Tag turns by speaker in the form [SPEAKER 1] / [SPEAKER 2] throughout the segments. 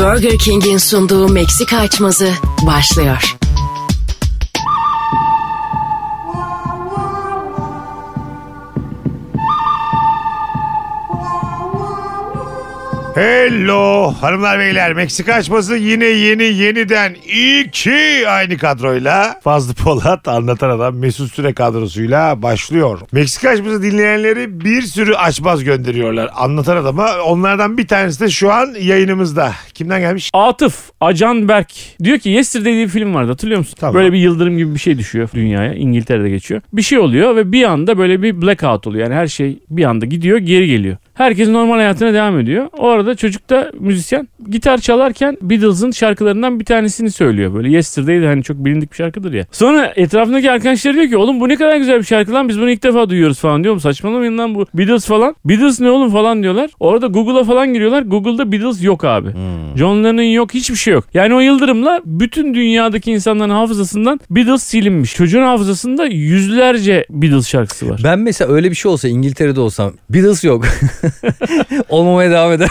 [SPEAKER 1] Burger King'in sunduğu Meksika açmazı başlıyor.
[SPEAKER 2] Hello hanımlar beyler Meksika açması yine yeni yeniden iki aynı kadroyla Fazlı Polat anlatan adam Mesut Süre kadrosuyla başlıyor. Meksika açması dinleyenleri bir sürü açmaz gönderiyorlar anlatan adama onlardan bir tanesi de şu an yayınımızda. Kimden gelmiş?
[SPEAKER 3] Atıf Acanberk diyor ki Yesterday diye bir film vardı hatırlıyor musun?
[SPEAKER 2] Tamam.
[SPEAKER 3] Böyle bir yıldırım gibi bir şey düşüyor dünyaya. İngiltere'de geçiyor. Bir şey oluyor ve bir anda böyle bir blackout oluyor. Yani her şey bir anda gidiyor geri geliyor. Herkes normal hayatına devam ediyor. O arada çocuk da müzisyen. Gitar çalarken Beatles'ın şarkılarından bir tanesini söylüyor. Böyle Yesterday de hani çok bilindik bir şarkıdır ya. Sonra etrafındaki arkadaşları diyor ki oğlum bu ne kadar güzel bir şarkı lan biz bunu ilk defa duyuyoruz falan diyorum. Saçmalamayın lan bu Beatles falan. Beatles ne oğlum falan diyorlar. Orada Google'a falan giriyorlar. Google'da Beatles yok abi. John Lennon yok hiçbir şey yok. Yani o yıldırımla bütün dünyadaki insanların hafızasından Beatles silinmiş. Çocuğun hafızasında yüzlerce Beatles şarkısı var.
[SPEAKER 4] Ben mesela öyle bir şey olsa İngiltere'de olsam Beatles yok. Olmamaya devam eder.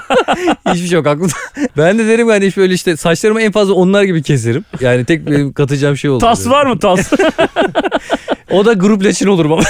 [SPEAKER 4] Hiçbir şey yok aklımda. Ben de derim yani şöyle işte saçlarımı en fazla onlar gibi keserim. Yani tek benim katacağım şey olur.
[SPEAKER 3] Tas var mı tas?
[SPEAKER 4] O da grup leçin olur baba.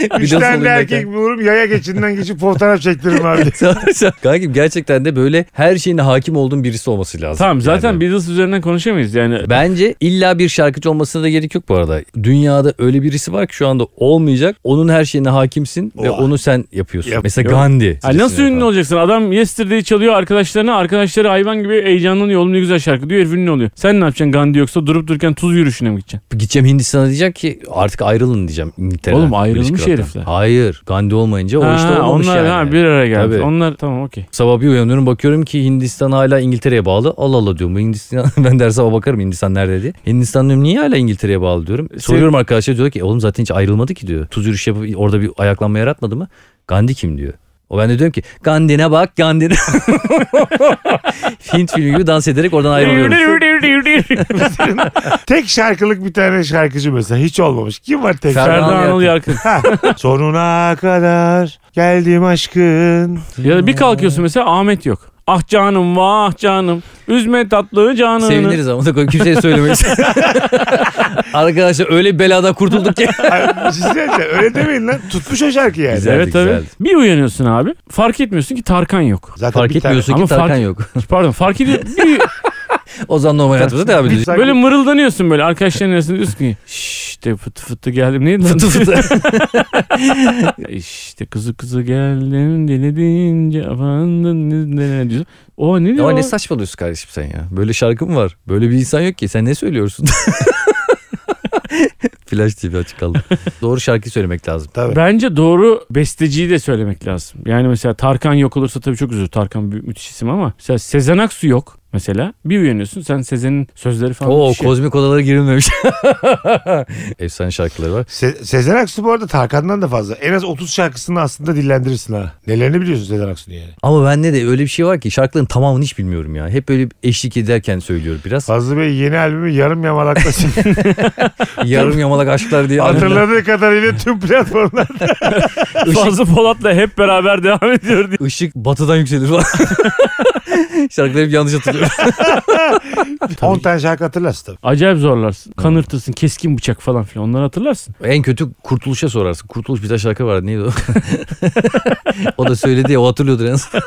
[SPEAKER 2] Üç
[SPEAKER 4] Beatles
[SPEAKER 2] tane de
[SPEAKER 4] olurken.
[SPEAKER 2] erkek bulurum yaya geçinden geçip fotoğraf çektiririm abi.
[SPEAKER 4] Sen- sen- Kankim gerçekten de böyle her şeyine hakim olduğun birisi olması lazım.
[SPEAKER 3] tamam zaten
[SPEAKER 4] Yani
[SPEAKER 3] Beatles üzerinden konuşamayız yani.
[SPEAKER 4] Bence illa bir şarkıcı olmasına da gerek yok bu arada. Dünyada öyle birisi var ki şu anda olmayacak. Onun her şeyine hakimsin ve
[SPEAKER 2] Oha.
[SPEAKER 4] onu sen yapıyorsun.
[SPEAKER 2] Yap-
[SPEAKER 4] Mesela
[SPEAKER 3] Yok.
[SPEAKER 4] Gandhi.
[SPEAKER 3] Ha, nasıl ünlü olacaksın? Adam Yesterday çalıyor arkadaşlarına. Arkadaşları hayvan gibi heyecanlanıyor. Oğlum ne güzel şarkı diyor. Herif ünlü oluyor. Sen ne yapacaksın Gandhi yoksa durup dururken tuz yürüyüşüne mi gideceksin?
[SPEAKER 4] Gideceğim Hindistan'a diyeceğim ki artık ayrılın diyeceğim İngiltere'den.
[SPEAKER 3] Oğlum ayrılmış
[SPEAKER 4] British Kral'dan.
[SPEAKER 3] herifler.
[SPEAKER 4] Hayır Gandhi olmayınca o işte
[SPEAKER 3] Ha,
[SPEAKER 4] olmamış
[SPEAKER 3] onlar
[SPEAKER 4] yani.
[SPEAKER 3] ha, bir araya geldi.
[SPEAKER 4] Tabii.
[SPEAKER 3] Onlar tamam okey.
[SPEAKER 4] Sabah bir uyanıyorum bakıyorum ki Hindistan hala İngiltere'ye bağlı. Allah Allah diyorum bu Hindistan ben der sabah bakarım Hindistan nerede diye. Hindistan diyorum niye hala İngiltere'ye bağlı diyorum. Soruyorum arkadaşlar diyor ki oğlum zaten hiç ayrılmadı ki diyor. Tuz yürüyüş yapıp orada bir ayaklanma yaratmadı mı? Gandhi kim diyor. O ben de diyorum ki Gandhi'ne bak Gandhi'ne. Hint filmi gibi dans ederek oradan ayrılıyorum.
[SPEAKER 2] tek şarkılık bir tane şarkıcı mesela hiç olmamış. Kim var tek
[SPEAKER 4] Ferhan
[SPEAKER 2] şarkı?
[SPEAKER 3] Ferdi Anıl Yarkın.
[SPEAKER 2] Ha, Sonuna kadar geldim aşkın.
[SPEAKER 3] Ya da bir kalkıyorsun mesela Ahmet yok. Ah canım vah canım. Üzme tatlı canını.
[SPEAKER 4] Seviniriz ama da kimseye söylemeyiz. arkadaşlar öyle bir beladan kurtulduk ki.
[SPEAKER 2] Ay, bir şey söyleyeceğim. öyle demeyin lan. Tutmuş o şarkı yani.
[SPEAKER 4] Güzel.
[SPEAKER 3] Evet tabii.
[SPEAKER 4] güzeldi.
[SPEAKER 3] Bir uyanıyorsun abi. Fark etmiyorsun ki Tarkan yok.
[SPEAKER 2] Zaten
[SPEAKER 4] Fark
[SPEAKER 2] bir tane-
[SPEAKER 4] etmiyorsun
[SPEAKER 3] Ama
[SPEAKER 4] ki Tarkan
[SPEAKER 3] fark-
[SPEAKER 4] yok.
[SPEAKER 3] Pardon fark ediyorsun.
[SPEAKER 4] O zaman normal hayatımıza devam
[SPEAKER 2] Bir
[SPEAKER 4] edeceğiz.
[SPEAKER 2] tane-
[SPEAKER 3] böyle mırıldanıyorsun böyle arkadaşların arasında diyorsun ki işte fıtı fıtı geldim. Neydi lan?
[SPEAKER 4] Fıtı fıtı.
[SPEAKER 3] işte kızı kızı geldim dilediğince afandın ne diyorsun. O ne diyor?
[SPEAKER 4] Ama ne saçmalıyorsun kardeşim sen ya? Böyle şarkı mı var? Böyle bir insan yok ki. Sen ne söylüyorsun? Flash TV açık kaldı. Doğru şarkı söylemek lazım.
[SPEAKER 2] Tabii.
[SPEAKER 3] Bence doğru besteciyi de söylemek lazım. Yani mesela Tarkan yok olursa tabii çok üzülür. Tarkan bir müthiş isim ama mesela Sezen Aksu yok mesela. Bir uyanıyorsun sen Sezen'in sözleri falan
[SPEAKER 4] Oo
[SPEAKER 3] müthiş ya.
[SPEAKER 4] kozmik odalara girilmemiş. şey- Efsane şarkıları var.
[SPEAKER 2] Se- Sezen Aksu bu arada Tarkan'dan da fazla. En az 30 şarkısını aslında dillendirirsin ha. Nelerini biliyorsun Sezen Aksu'nun yani.
[SPEAKER 4] Ama bende de öyle bir şey var ki şarkıların tamamını hiç bilmiyorum ya. Hep böyle eşlik ederken söylüyorum biraz.
[SPEAKER 2] Fazlı Bey yeni albümü yarım yamalaklasın.
[SPEAKER 4] Yarım yamalak aşklar diye.
[SPEAKER 2] Hatırladığı kadarıyla tüm platformlar.
[SPEAKER 3] Fazlı Polat'la hep beraber devam ediyor diye.
[SPEAKER 4] Işık batıdan yükselir falan. Şarkıları hep yanlış hatırlıyorum.
[SPEAKER 2] 10 tane şarkı hatırlarsın tabii.
[SPEAKER 3] Acayip zorlarsın. Kanırtırsın. Keskin bıçak falan filan. Onları hatırlarsın.
[SPEAKER 4] En kötü Kurtuluş'a sorarsın. Kurtuluş bir tane şarkı vardı neydi o? o da söyledi ya o hatırlıyordur en azından.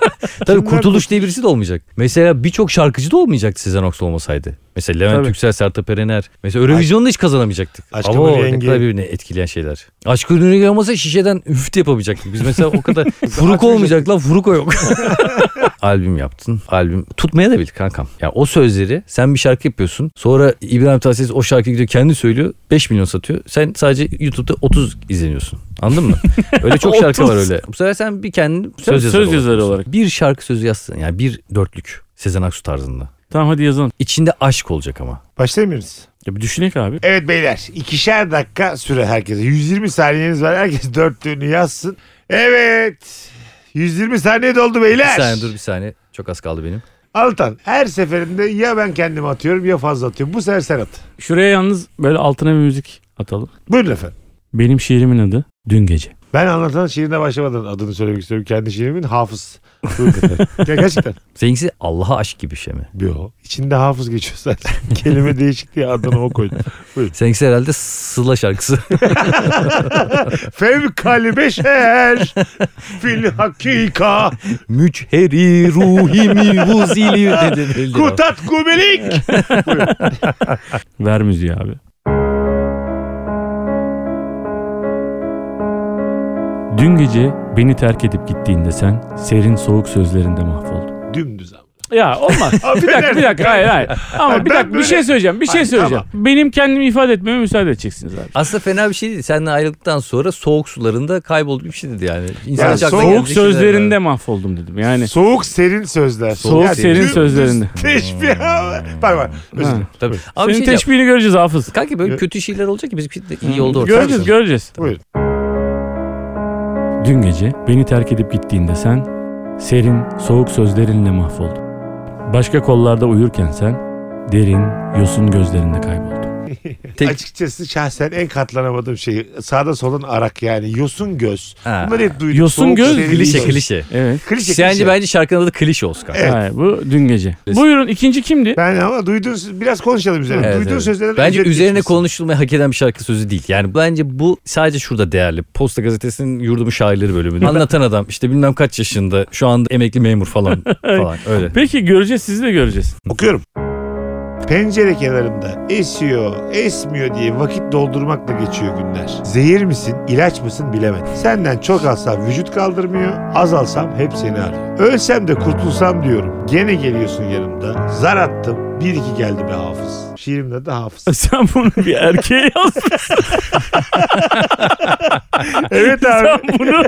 [SPEAKER 4] Tabii Kurtuluş diye birisi de olmayacak. Mesela birçok şarkıcı da olmayacaktı Sezen Aksu olmasaydı. Mesela Levent
[SPEAKER 3] Tabii.
[SPEAKER 4] Yüksel, Sertab Erener. Mesela Eurovision'da hiç kazanamayacaktık.
[SPEAKER 2] Aşkın
[SPEAKER 4] Ama o
[SPEAKER 2] Nur
[SPEAKER 4] ne
[SPEAKER 2] Yengi.
[SPEAKER 4] kadar birbirini etkileyen şeyler. Aşkın Nur Yengi olmasa şişeden üft yapamayacaktık. Biz mesela o kadar Furuko olmayacak lan Furuko yok. albüm yaptın. Albüm tutmaya da bilir kankam. Ya o sözleri sen bir şarkı yapıyorsun. Sonra İbrahim Tatlıses o şarkı gidiyor kendi söylüyor. 5 milyon satıyor. Sen sadece YouTube'da 30 izleniyorsun. Anladın mı? Öyle çok şarkı var
[SPEAKER 3] 30.
[SPEAKER 4] öyle. Bu sefer sen bir kendin söz,
[SPEAKER 3] Sen
[SPEAKER 4] yazarı,
[SPEAKER 3] söz yazarı
[SPEAKER 4] olarak.
[SPEAKER 3] olarak.
[SPEAKER 4] Bir şarkı sözü yazsın. Yani bir dörtlük Sezen Aksu tarzında.
[SPEAKER 3] Tamam hadi yazalım.
[SPEAKER 4] İçinde aşk olacak ama.
[SPEAKER 2] Başlayabiliriz.
[SPEAKER 3] Ya bir düşünek abi.
[SPEAKER 2] Evet beyler ikişer dakika süre herkese. 120 saniyeniz var. Herkes dörtlüğünü yazsın. Evet. 120 saniye doldu beyler.
[SPEAKER 4] Bir saniye dur bir saniye. Çok az kaldı benim.
[SPEAKER 2] Altan her seferinde ya ben kendimi atıyorum ya fazla atıyorum. Bu sefer sen at.
[SPEAKER 3] Şuraya yalnız böyle altına bir müzik atalım.
[SPEAKER 2] Buyurun efendim.
[SPEAKER 3] Benim şiirimin adı Dün Gece.
[SPEAKER 2] Ben anlatan şiirine başlamadan adını söylemek istiyorum. Kendi şiirimin hafız. Buyurun efendim. Ger- Gerçekten.
[SPEAKER 4] Seninkisi Allah'a aşk gibi bir şey mi?
[SPEAKER 2] Yo. İçinde hafız geçiyor zaten. Kelime değişik diye adını o koydum.
[SPEAKER 4] Seninkisi herhalde Sıla şarkısı.
[SPEAKER 2] Fevkali beşer fil hakika
[SPEAKER 4] Müçheri ruhimi vuzili.
[SPEAKER 2] kutat gubelik.
[SPEAKER 3] Ver müziği abi. Dün gece beni terk edip gittiğinde sen serin soğuk sözlerinde mahvoldun.
[SPEAKER 2] Dümdüz abi.
[SPEAKER 3] Ya olmaz. bir dakika bir dakika hayır hayır. Ama
[SPEAKER 2] Ben
[SPEAKER 3] bir dakika bir
[SPEAKER 2] böyle-
[SPEAKER 3] şey söyleyeceğim bir şey
[SPEAKER 2] Hayır,
[SPEAKER 3] söyleyeceğim. Benim kendimi ifade etmeme müsaade edeceksiniz abi.
[SPEAKER 4] Aslında fena bir şey değil. Seninle ayrıldıktan sonra soğuk sularında kayboldu bir şey dedi yani. İnsan
[SPEAKER 2] Ya
[SPEAKER 4] hiç aklına
[SPEAKER 2] soğuk
[SPEAKER 4] gelmeyecek
[SPEAKER 3] Soğuk
[SPEAKER 4] şeyler
[SPEAKER 3] sözlerinde mahvoldum dedim yani.
[SPEAKER 2] Soğuk serin sözler.
[SPEAKER 3] hani- Soğuk
[SPEAKER 2] Yani
[SPEAKER 3] serin
[SPEAKER 2] dümdüz
[SPEAKER 3] sözlerinde. Hmm.
[SPEAKER 2] Teşbih abi. Bak bak. Özür
[SPEAKER 3] Ha.
[SPEAKER 2] dilerim.
[SPEAKER 4] var. Tabii. Abi bir
[SPEAKER 3] Senin
[SPEAKER 4] şey diyeceğim.
[SPEAKER 3] teşbihini göreceğiz hafız.
[SPEAKER 4] Kanki böyle
[SPEAKER 2] Gö-
[SPEAKER 4] kötü şeyler olacak ki biz iyi oldu ortada.
[SPEAKER 2] Gör-
[SPEAKER 3] Göreceğiz göreceğiz.
[SPEAKER 2] Buyurun.
[SPEAKER 3] Dün gece beni terk edip gittiğinde sen serin soğuk sözlerinle mahvoldun. Başka kollarda uyurken sen derin yosun gözlerinde kayboldun.
[SPEAKER 4] Tek-
[SPEAKER 2] Açıkçası şahsen en katlanamadığım şey sağda soldan arak yani yosun göz.
[SPEAKER 4] Ha.
[SPEAKER 2] Bunları hep duydum.
[SPEAKER 3] Yosun
[SPEAKER 2] Soğuk,
[SPEAKER 3] göz,
[SPEAKER 2] serin
[SPEAKER 4] Klişe
[SPEAKER 2] göz.
[SPEAKER 4] klişe.
[SPEAKER 3] Evet.
[SPEAKER 2] Klişe
[SPEAKER 4] Sence
[SPEAKER 2] klişe.
[SPEAKER 4] bence şarkının adı klişe olsun kanka.
[SPEAKER 2] Evet.
[SPEAKER 3] Hayır, bu dün gece. Buyurun ikinci kimdi?
[SPEAKER 2] Ben ama duyduğun biraz konuşalım üzerine.
[SPEAKER 4] Evet,
[SPEAKER 2] duyduğun
[SPEAKER 4] evet.
[SPEAKER 2] sözlerden
[SPEAKER 4] Bence
[SPEAKER 2] özet
[SPEAKER 4] üzerine
[SPEAKER 2] geçmişsin.
[SPEAKER 4] konuşulmaya hak eden bir şarkı sözü değil. Yani bence bu sadece şurada değerli. Posta gazetesinin yurdumu şairleri bölümünde. Anlatan adam işte bilmem kaç yaşında şu anda emekli memur falan falan öyle.
[SPEAKER 3] Peki göreceğiz sizi de göreceğiz.
[SPEAKER 2] Okuyorum. Pencere kenarında esiyor, esmiyor diye vakit doldurmakla geçiyor günler. Zehir misin, ilaç mısın bilemedim. Senden çok alsam vücut kaldırmıyor, az alsam hep seni arıyor. Ölsem de kurtulsam diyorum. Gene geliyorsun yanımda. Zar attım, bir iki geldi be hafız. Şiirimde de hafız.
[SPEAKER 3] Sen bunu bir erkeğe yazmışsın.
[SPEAKER 2] evet
[SPEAKER 3] Sen
[SPEAKER 2] abi.
[SPEAKER 3] bunu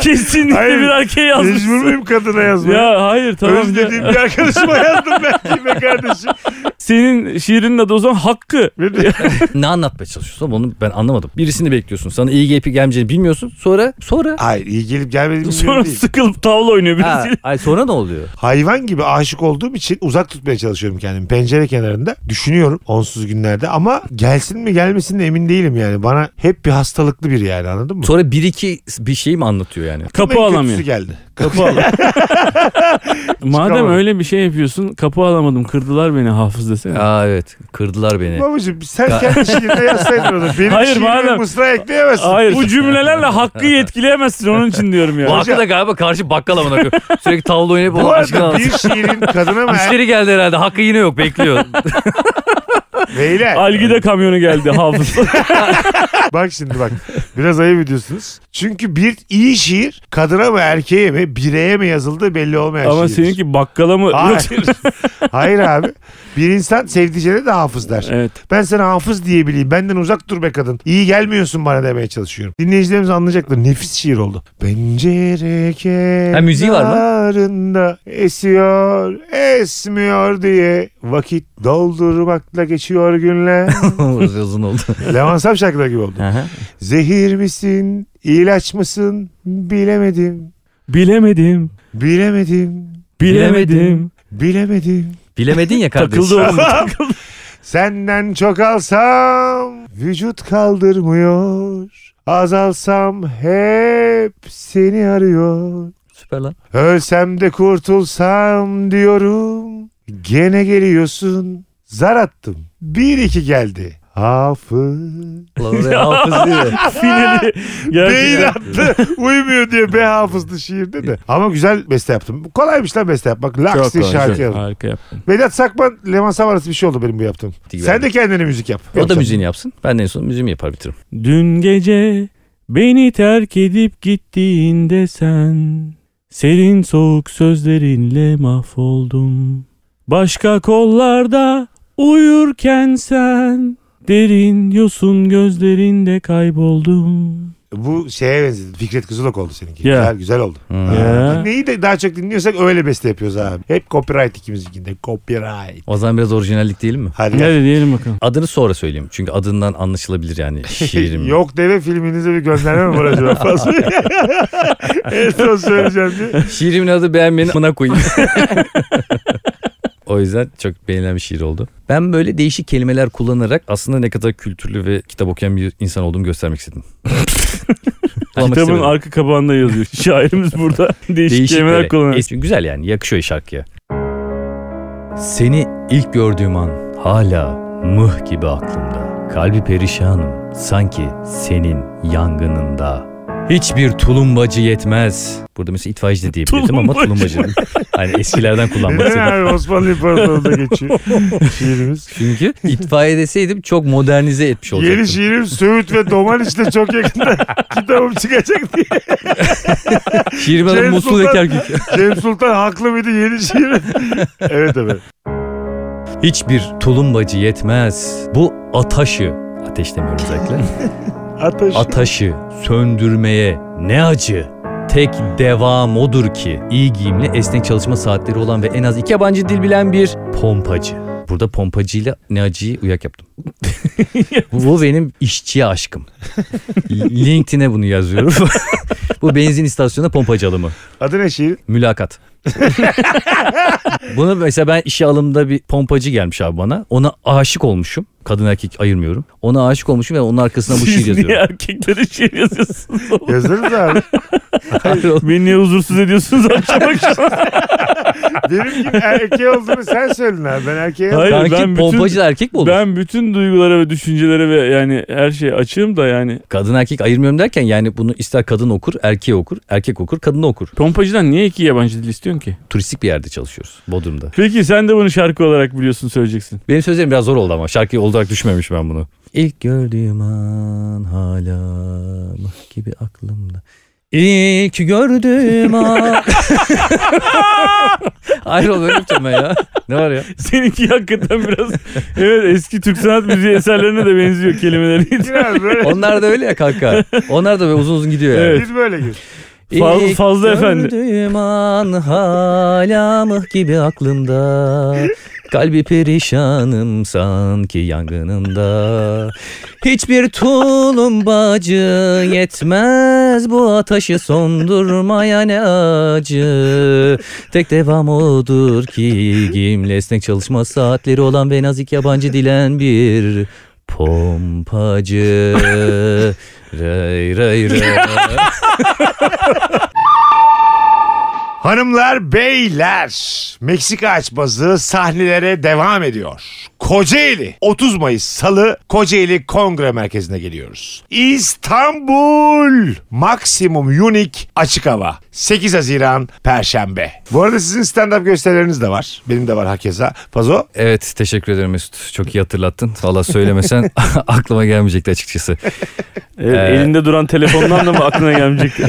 [SPEAKER 3] kesinlikle
[SPEAKER 2] Hayır,
[SPEAKER 3] bir erkeğe
[SPEAKER 2] Mecbur
[SPEAKER 3] yazmışsın.
[SPEAKER 2] muyum kadına yazmaya?
[SPEAKER 3] Ya hayır tamam. ya.
[SPEAKER 2] Özlediğim bir arkadaşıma yazdım belki be kardeşim.
[SPEAKER 3] Senin şiirinin adı o zaman Hakkı.
[SPEAKER 2] Ve de-
[SPEAKER 4] ne anlatmaya çalışıyorsun oğlum onu ben anlamadım. Birisini bekliyorsun. Sana iyi gelip gelmeyeceğini bilmiyorsun. Sonra sonra
[SPEAKER 2] Hayır iyi gelip gelmediğim
[SPEAKER 3] Sonra
[SPEAKER 2] değil.
[SPEAKER 3] sıkılıp tavla oynuyor
[SPEAKER 4] ha,
[SPEAKER 3] birisiyle.
[SPEAKER 4] ay sonra ne oluyor?
[SPEAKER 2] hayvan gibi aşık olduğum için uzak tutmaya çalışıyorum kendimi. Pencere kenarında düşünüyorum onsuz günlerde ama gelsin mi gelmesin de emin değilim yani. Bana hep bir hastalıklı bir yani anladın mı?
[SPEAKER 4] Sonra bir iki bir şey mi anlatıyor yani?
[SPEAKER 3] Kapı
[SPEAKER 2] En kötüsü
[SPEAKER 3] alamıyor.
[SPEAKER 2] geldi.
[SPEAKER 3] Kapı alam. Madem
[SPEAKER 2] Çıkamadım.
[SPEAKER 3] öyle bir şey yapıyorsun kapı alamadım kırdılar beni hafız desene.
[SPEAKER 4] Aa evet kırdılar beni.
[SPEAKER 2] Babacım sen kendi şiirine yazsaydın onu. Benim
[SPEAKER 3] Hayır,
[SPEAKER 2] Hayır, şiirime
[SPEAKER 3] madem-
[SPEAKER 2] mısra ekleyemezsin.
[SPEAKER 3] Hayır bu cümlelerle hakkı etkileyemezsin onun için diyorum
[SPEAKER 4] Bu
[SPEAKER 3] ya.
[SPEAKER 4] hakkı da galiba karşı bakkal amına koyuyor. Sürekli tavla oynayıp
[SPEAKER 2] Bu
[SPEAKER 4] onu aşkına
[SPEAKER 2] arada
[SPEAKER 4] anlatıyor.
[SPEAKER 2] bir şiirin kadına mı?
[SPEAKER 4] Müşteri geldi herhalde. Hakkı yine yok bekliyor.
[SPEAKER 2] er- Beyler
[SPEAKER 3] Algida kamyonu geldi hafız.
[SPEAKER 2] bak şimdi bak biraz ayıp ediyorsunuz. Çünkü bir iyi şiir kadına mı erkeğe mi bireye mi yazıldığı belli olmayan
[SPEAKER 3] Ama
[SPEAKER 2] şiirdir.
[SPEAKER 3] seninki bakkala mı? Yoksa-
[SPEAKER 2] şey Hayır. Hayır abi. Bir insan sevdiceğine de hafız der.
[SPEAKER 3] Evet.
[SPEAKER 2] Ben sana hafız diyebileyim. Benden uzak dur be kadın. İyi gelmiyorsun bana demeye çalışıyorum. Dinleyicilerimiz anlayacaktır. Nefis şiir oldu. Pencere
[SPEAKER 4] Ha, müziği var mı?
[SPEAKER 2] kenarında esiyor, esmiyor diye vakit doldurmakla geçiyor günler.
[SPEAKER 4] Uzun oldu.
[SPEAKER 2] Levan Sap şarkıları gibi oldu. Zehir misin, ilaç mısın bilemedim,
[SPEAKER 3] Bilemedim.
[SPEAKER 2] bilemedim,
[SPEAKER 3] Bilemedim.
[SPEAKER 4] Bilemedim.
[SPEAKER 2] bilemedim.
[SPEAKER 4] Bilemedin ya kardeş.
[SPEAKER 3] Takıldı oğlum.
[SPEAKER 2] Senden çok alsam vücut kaldırmıyor. Azalsam hep seni arıyor.
[SPEAKER 4] Süper lan.
[SPEAKER 2] Ölsem de kurtulsam diyorum. Gene geliyorsun. Zar attım. Bir iki geldi. Hafız.
[SPEAKER 4] Lan oraya hafız diyor.
[SPEAKER 3] Finali.
[SPEAKER 2] Beyin
[SPEAKER 3] Gerçekten.
[SPEAKER 2] attı. Uyumuyor diyor. Be hafızlı şiirde de. Ama güzel beste yaptım. Kolaymış lan beste yapmak. Laks diye şarkı yazdım.
[SPEAKER 3] Harika yaptın.
[SPEAKER 2] Vedat Sakman, Leman Sav arası bir şey oldu benim bu yaptığım.
[SPEAKER 4] Değil
[SPEAKER 2] Sen
[SPEAKER 4] yani.
[SPEAKER 2] de kendine müzik yap.
[SPEAKER 4] O da
[SPEAKER 2] Yapacağım.
[SPEAKER 4] müziğini yapsın. Ben de en son müziğimi yapar bitiririm.
[SPEAKER 3] Dün gece beni terk edip gittiğinde sen Serin soğuk sözlerinle mahvoldum Başka kollarda uyurken sen Derin yosun gözlerinde kayboldum
[SPEAKER 2] Bu şeye benzedi. Fikret Kızılok oldu seninki.
[SPEAKER 3] Ya.
[SPEAKER 2] Güzel, güzel oldu. Ha,
[SPEAKER 3] Ya.
[SPEAKER 2] Neyi de daha çok dinliyorsak öyle beste yapıyoruz abi. Hep copyright ikimizinkinde. Copyright.
[SPEAKER 4] O zaman biraz orijinallik değil mi?
[SPEAKER 2] Hadi.
[SPEAKER 3] Hadi diyelim bakalım
[SPEAKER 4] Adını sonra söyleyeyim. Çünkü adından anlaşılabilir yani şiirim.
[SPEAKER 2] Yok deve filminize bir gönderme mi var acaba fazla? en son söyleyeceğim diye.
[SPEAKER 4] Şiirimin adı beğenmeyin amına koyayım. O yüzden çok beğenilen bir şiir oldu. Ben böyle değişik kelimeler kullanarak aslında ne kadar kültürlü ve kitap okuyan bir insan olduğumu göstermek istedim. Kullanmak
[SPEAKER 3] Kitabın
[SPEAKER 4] istemedim.
[SPEAKER 3] arka kabağında yazıyor. Şairimiz burada değişik,
[SPEAKER 4] Değişik
[SPEAKER 3] kelimeler
[SPEAKER 4] böyle.
[SPEAKER 3] kullanıyor.
[SPEAKER 4] Es- Güzel yani yakışıyor şarkıya. Seni ilk gördüğüm an hala mıh gibi aklımda. Kalbi perişanım sanki senin yangınında. Hiçbir tulumbacı yetmez. Burada mesela itfaiyeci de diyebilirdim ama
[SPEAKER 3] Tulumbacı.
[SPEAKER 4] tulumbacı. hani eskilerden kullanması.
[SPEAKER 2] Neden abi Osmanlı İmparatorluğu'nda geçiyor şiirimiz?
[SPEAKER 4] Çünkü itfaiye deseydim çok modernize etmiş olacaktım.
[SPEAKER 2] Yeni şiirim Söğüt ve Domaniç'te çok yakında kitabım çıkacak diye.
[SPEAKER 4] Şiirim adı
[SPEAKER 2] James
[SPEAKER 4] Musul
[SPEAKER 2] Sultan-
[SPEAKER 4] Ekerkük.
[SPEAKER 2] Cem Sultan haklı mıydı yeni şiirim? evet evet.
[SPEAKER 4] Hiçbir tulumbacı yetmez. Bu ataşı. Ateş demiyorum özellikle.
[SPEAKER 2] Ateş.
[SPEAKER 4] Ataşı söndürmeye ne acı. Tek devam odur ki iyi giyimli esnek çalışma saatleri olan ve en az iki yabancı dil bilen bir pompacı. Burada pompacıyla ne acıyı uyak yaptım. bu, bu benim işçiye aşkım. LinkedIn'e bunu yazıyorum. bu benzin istasyonuna pompacı alımı.
[SPEAKER 2] Adı ne şiir?
[SPEAKER 4] Mülakat. Bunu mesela ben işe alımda bir pompacı gelmiş abi bana. Ona aşık olmuşum. Kadın erkek ayırmıyorum. Ona aşık olmuşum ve onun arkasına bu şiir
[SPEAKER 3] Siz niye
[SPEAKER 4] yazıyorum.
[SPEAKER 3] erkeklere şiir yazıyorsunuz? oğlum?
[SPEAKER 2] Yazarız abi.
[SPEAKER 3] Beni niye huzursuz ediyorsunuz akşam akşam?
[SPEAKER 2] Benim gibi erkeğe olduğunu sen söyledin abi. Ben erkeğe
[SPEAKER 3] Hayır
[SPEAKER 4] Kanki
[SPEAKER 3] ben
[SPEAKER 4] pompacı
[SPEAKER 3] bütün,
[SPEAKER 4] da erkek mi olur?
[SPEAKER 3] ben bütün duygulara ve düşüncelere ve yani her şeye açığım da yani.
[SPEAKER 4] Kadın erkek ayırmıyorum derken yani bunu ister kadın okur, erkeği okur, erkek okur, kadın okur.
[SPEAKER 3] Pompacıdan niye iki yabancı dil istiyorsun ki?
[SPEAKER 4] Turistik bir yerde çalışıyoruz Bodrum'da.
[SPEAKER 3] Peki sen de bunu şarkı olarak biliyorsun söyleyeceksin.
[SPEAKER 4] Benim sözlerim biraz zor oldu ama şarkıyı olarak düşmemiş ben bunu. İlk gördüğüm an hala mıh gibi aklımda. İlk gördüğüm an. Hayır oğlum öyle yapacağım ben ya. Ne var ya?
[SPEAKER 3] Seninki hakikaten biraz evet eski Türk sanat müziği eserlerine de benziyor kelimeleri.
[SPEAKER 2] Biraz böyle.
[SPEAKER 4] Onlar da öyle ya kanka. Onlar da böyle uzun uzun gidiyor yani.
[SPEAKER 2] Biz böyle gir.
[SPEAKER 3] Fazla- Fazla Efendi.
[SPEAKER 4] gördüğüm an hala mıh gibi aklımda. Kalbi perişanım sanki yangınında. Hiçbir tulumbacı yetmez bu ateşi sondurmaya ne acı. Tek devam odur ki gimli esnek çalışma saatleri olan ve nazik yabancı dilen bir pompacı. Ray ray ray.
[SPEAKER 2] Hanımlar, beyler. Meksika açmazı sahnelere devam ediyor. Kocaeli 30 Mayıs Salı Kocaeli Kongre Merkezi'ne geliyoruz. İstanbul Maximum Unique Açık Hava 8 Haziran Perşembe. Bu arada sizin stand-up gösterileriniz de var. Benim de var hakeza. Pazo
[SPEAKER 4] Evet teşekkür ederim Mesut. Çok iyi hatırlattın. Valla söylemesen aklıma gelmeyecekti açıkçası.
[SPEAKER 3] Evet, elinde duran telefondan da mı aklına gelmeyecekti?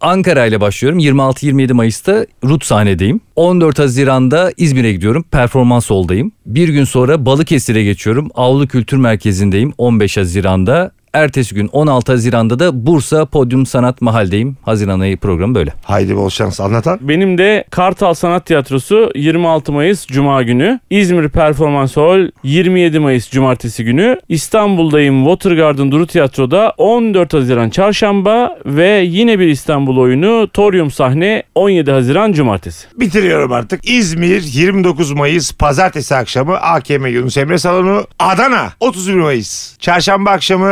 [SPEAKER 4] Ankara ile başlıyorum. 26-27 Mayıs'ta Rut sahnedeyim. 14 Haziran'da İzmir'e gidiyorum. Performans oldayım. Bir gün sonra Balıkesir'e geçiyorum. Avlu Kültür Merkezi'ndeyim 15 Haziran'da. Ertesi gün 16 Haziran'da da Bursa Podyum Sanat Mahal'deyim. Haziran ayı programı böyle.
[SPEAKER 2] haydi bol şans anlatan.
[SPEAKER 3] Benim de Kartal Sanat Tiyatrosu 26 Mayıs Cuma günü. İzmir Performans Hall 27 Mayıs Cumartesi günü. İstanbul'dayım Watergarden Duru Tiyatro'da 14 Haziran Çarşamba ve yine bir İstanbul oyunu Torium sahne 17 Haziran Cumartesi.
[SPEAKER 2] Bitiriyorum artık. İzmir 29 Mayıs Pazartesi akşamı AKM Yunus Emre Salonu. Adana 31 Mayıs Çarşamba akşamı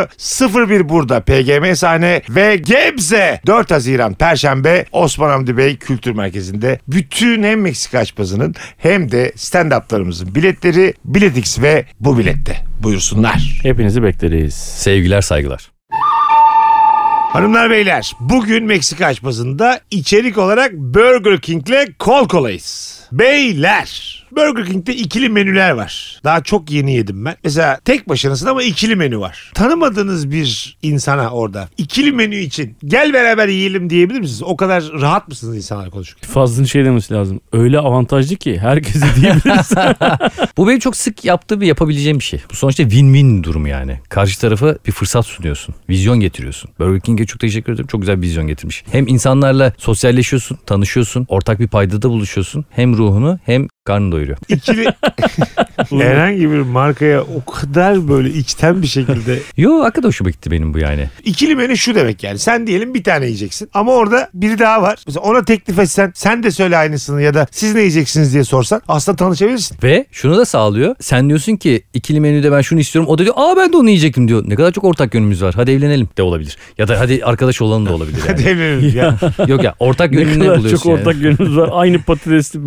[SPEAKER 2] 01 burada PGM sahne ve Gebze 4 Haziran Perşembe Osman Hamdi Bey Kültür Merkezi'nde. Bütün hem Meksika açmazının hem de stand-up'larımızın biletleri Biletix ve bu bilette. Buyursunlar.
[SPEAKER 3] Hepinizi bekleriz.
[SPEAKER 4] Sevgiler saygılar.
[SPEAKER 2] Hanımlar beyler bugün Meksika açmasında içerik olarak Burger King'le kol kolayız. Beyler Burger King'de ikili menüler var. Daha çok yeni yedim ben. Mesela tek başınasın ama ikili menü var. Tanımadığınız bir insana orada ikili menü için gel beraber yiyelim diyebilir misiniz? O kadar rahat mısınız insanlar konuşurken?
[SPEAKER 3] Fazlın şey demesi lazım. Öyle avantajlı ki herkese diyebiliriz.
[SPEAKER 4] Bu benim çok sık yaptığım ve yapabileceğim bir şey. Bu sonuçta win-win durumu yani. Karşı tarafa bir fırsat sunuyorsun. Vizyon getiriyorsun. Burger King'e çok teşekkür ederim. Çok güzel bir vizyon getirmiş. Hem insanlarla sosyalleşiyorsun, tanışıyorsun. Ortak bir paydada buluşuyorsun. Hem ruhunu hem karnını doyuruyor.
[SPEAKER 2] İkili herhangi bir markaya o kadar böyle içten bir şekilde
[SPEAKER 4] Yo hakikaten hoşuma gitti benim bu yani.
[SPEAKER 2] İkili menü şu demek yani. Sen diyelim bir tane yiyeceksin ama orada biri daha var. Mesela ona teklif etsen sen de söyle aynısını ya da siz ne yiyeceksiniz diye sorsan aslında tanışabilirsin.
[SPEAKER 4] Ve şunu da sağlıyor. Sen diyorsun ki ikili menüde ben şunu istiyorum. O da diyor aa ben de onu yiyecektim diyor. Ne kadar çok ortak yönümüz var. Hadi evlenelim de olabilir. Ya da hadi arkadaş olalım da olabilir yani.
[SPEAKER 2] Devlenelim ya.
[SPEAKER 4] Yok ya ortak
[SPEAKER 3] Ne
[SPEAKER 4] yönünü
[SPEAKER 3] kadar
[SPEAKER 4] buluyorsun
[SPEAKER 3] çok
[SPEAKER 4] yani.
[SPEAKER 3] ortak yönümüz var. Aynı patatesi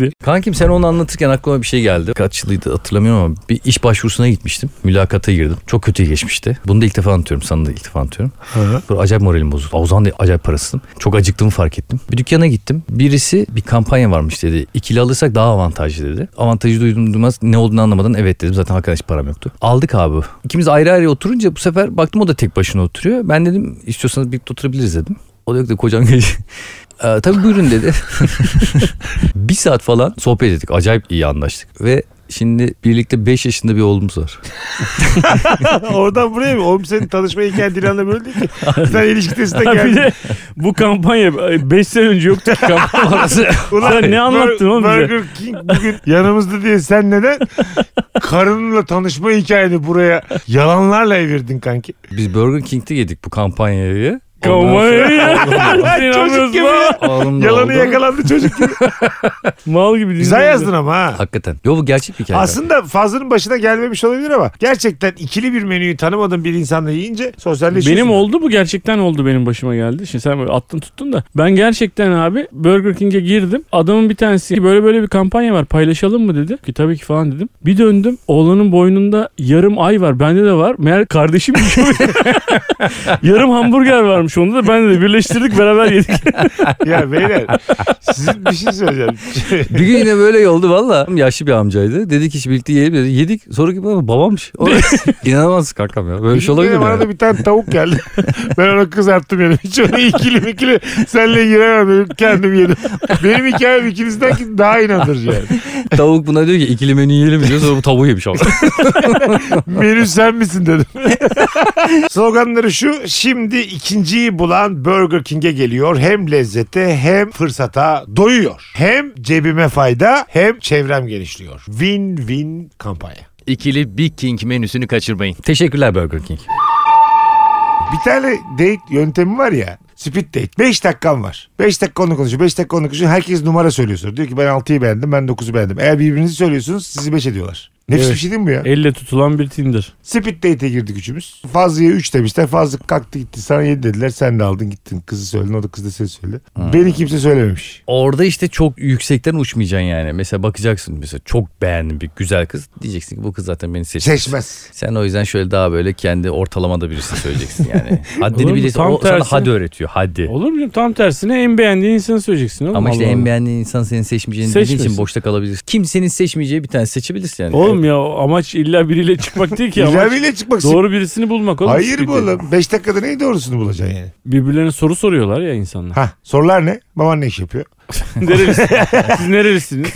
[SPEAKER 3] diye.
[SPEAKER 4] Kankim sen onu anlatırken aklıma bir şey geldi. Kaç yılıydı hatırlamıyorum ama bir iş başvurusuna gitmiştim. Mülakata girdim. Çok kötü geçmişti. Bunu da ilk defa anlatıyorum. Sana da ilk defa anlatıyorum. Böyle acayip moralim bozuldu. Aa, O zaman da acayip parasızdım. Çok acıktığımı fark ettim. Bir dükkana gittim. Birisi bir kampanya varmış dedi. İkili alırsak daha avantajlı dedi. Avantajı duydum duymaz ne olduğunu anlamadan evet dedim. Zaten arkadaş param yoktu. Aldık abi. İkimiz ayrı ayrı oturunca bu sefer baktım o da tek başına oturuyor. Ben dedim istiyorsanız birlikte oturabiliriz dedim. O da yok dedi kocam gelecek. Ee, tabii buyurun dedi. Bir saat falan sohbet ettik. Acayip iyi anlaştık. Ve şimdi birlikte 5 yaşında bir oğlumuz var.
[SPEAKER 2] Oradan buraya mı? Oğlum senin tanışma hikayen Dilan'la böyle değil ki. Sen ilişki testine
[SPEAKER 3] Ha, bir
[SPEAKER 2] geldin.
[SPEAKER 3] de bu kampanya 5 sene önce yoktu ki kampanya arası.
[SPEAKER 2] Ulan
[SPEAKER 3] Sen ne anlattın
[SPEAKER 2] Bur-
[SPEAKER 3] oğlum bize?
[SPEAKER 2] Burger King bugün yanımızda diye sen neden karınla tanışma hikayeni buraya yalanlarla evirdin kanki?
[SPEAKER 4] Biz Burger King'de yedik bu kampanyayı.
[SPEAKER 3] Kampanya ya.
[SPEAKER 2] Çocuk
[SPEAKER 3] İnanmıyoruz
[SPEAKER 2] gibi.
[SPEAKER 3] lan.
[SPEAKER 4] Oğlum
[SPEAKER 2] Yalanı yakalandı çocuk. gibi.
[SPEAKER 3] Mal gibi
[SPEAKER 2] Güzel
[SPEAKER 3] dinliyorum.
[SPEAKER 2] yazdın ama ha.
[SPEAKER 4] Hakikaten. Yo bu gerçek bir hikaye.
[SPEAKER 2] Aslında fazlının başına gelmemiş olabilir ama gerçekten ikili bir menüyü tanımadığın bir insanla yiyince sosyalleşiyorsun.
[SPEAKER 3] Benim oldu bu gerçekten oldu benim başıma geldi. Şimdi sen böyle attın tuttun da. Ben gerçekten abi Burger King'e girdim. Adamın bir tanesi böyle böyle bir kampanya var paylaşalım mı dedi. Ki tabii ki falan dedim. Bir döndüm oğlanın boynunda yarım ay var. Bende de var. Meğer kardeşim şey yarım hamburger varmış onda da. Bende de birleştirdik beraber yedik.
[SPEAKER 2] Ya beyler sizin bir şey söyleyeceğim.
[SPEAKER 4] Bir gün yine böyle oldu valla. Yaşlı bir amcaydı. Dedik hiç birlikte yiyelim dedi. Yedik. Sonra gibi babammış. O- İnanamazsın kankam ya. Böyle bir şey olabilir
[SPEAKER 2] Benim
[SPEAKER 4] mi?
[SPEAKER 2] arada bir tane tavuk geldi. ben ona kızarttım yani. Hiç öyle ikili ikili senle giremem dedim. Kendim yedim. Benim hikayem ikinizden daha inandırıcı yani.
[SPEAKER 4] yani? Tavuk buna diyor ki ikili menü yiyelim diyor. Sonra bu tavuğu yemiş ama.
[SPEAKER 2] Menü sen misin dedim. Sloganları şu. Şimdi ikinciyi bulan Burger King'e geliyor. Hem lezzete hem fırsata doyuyor. Hem cebime fayda hem çevrem genişliyor. Win-win kampanya.
[SPEAKER 4] İkili Big King menüsünü kaçırmayın. Teşekkürler Burger King.
[SPEAKER 2] Bir tane date yöntemi var ya. Speed date. 5 dakikan var. 5 dakika onu konuşuyor. 5 dakika onu konuşuyor. Herkes numara söylüyor. sonra. Diyor ki ben 6'yı beğendim ben 9'u beğendim. Eğer birbirinizi söylüyorsunuz sizi 5 ediyorlar. Nefis
[SPEAKER 3] Evet.
[SPEAKER 2] bir şey değil mi bu ya?
[SPEAKER 3] Elle tutulan bir Tinder.
[SPEAKER 2] Speed date'e girdik üçümüz. Fazlı'ya 3 demişler. Fazlı kalktı gitti. Sana 7 dediler. Sen de aldın gittin. Kızı söyledin. O da kız da seni söyledi. Beni kimse söylememiş.
[SPEAKER 4] Orada işte çok yüksekten uçmayacaksın yani. Mesela bakacaksın mesela çok beğendim bir güzel kız. Diyeceksin ki bu kız zaten beni seçti.
[SPEAKER 2] Seçmez.
[SPEAKER 4] Sen o yüzden şöyle daha böyle kendi ortalamada birisi söyleyeceksin yani.
[SPEAKER 3] Olur
[SPEAKER 4] Haddini
[SPEAKER 3] mu?
[SPEAKER 4] bilirsin.
[SPEAKER 3] Tam
[SPEAKER 4] O sana
[SPEAKER 3] tersi.
[SPEAKER 4] hadi öğretiyor hadi.
[SPEAKER 3] Olur mu? canım? Tam tersine en beğendiğin insanı söyleyeceksin oğlum.
[SPEAKER 4] Ama işte
[SPEAKER 3] Allah
[SPEAKER 4] en
[SPEAKER 3] Allah.
[SPEAKER 4] beğendiğin insan senin seçmeyeceğini bildiğin için
[SPEAKER 3] Seçmesin.
[SPEAKER 4] boşta kalabilirsin. Kimsenin seçmeyeceği bir tane seçebilirsin yani.
[SPEAKER 3] Oğlum ya o amaç illa biriyle çıkmak değil ki. amaç
[SPEAKER 2] İlaviyle çıkmak.
[SPEAKER 3] doğru birisini bulmak oğlum.
[SPEAKER 2] Hayır bu
[SPEAKER 3] Speed date.
[SPEAKER 2] oğlum. 5 dakikada neyi doğrusunu bulacaksın yani?
[SPEAKER 3] Birbirlerine soru soruyorlar ya insanlar.
[SPEAKER 2] Ha sorular ne? Baban ne iş yapıyor?
[SPEAKER 3] Nerelisiniz? Siz nerelisiniz?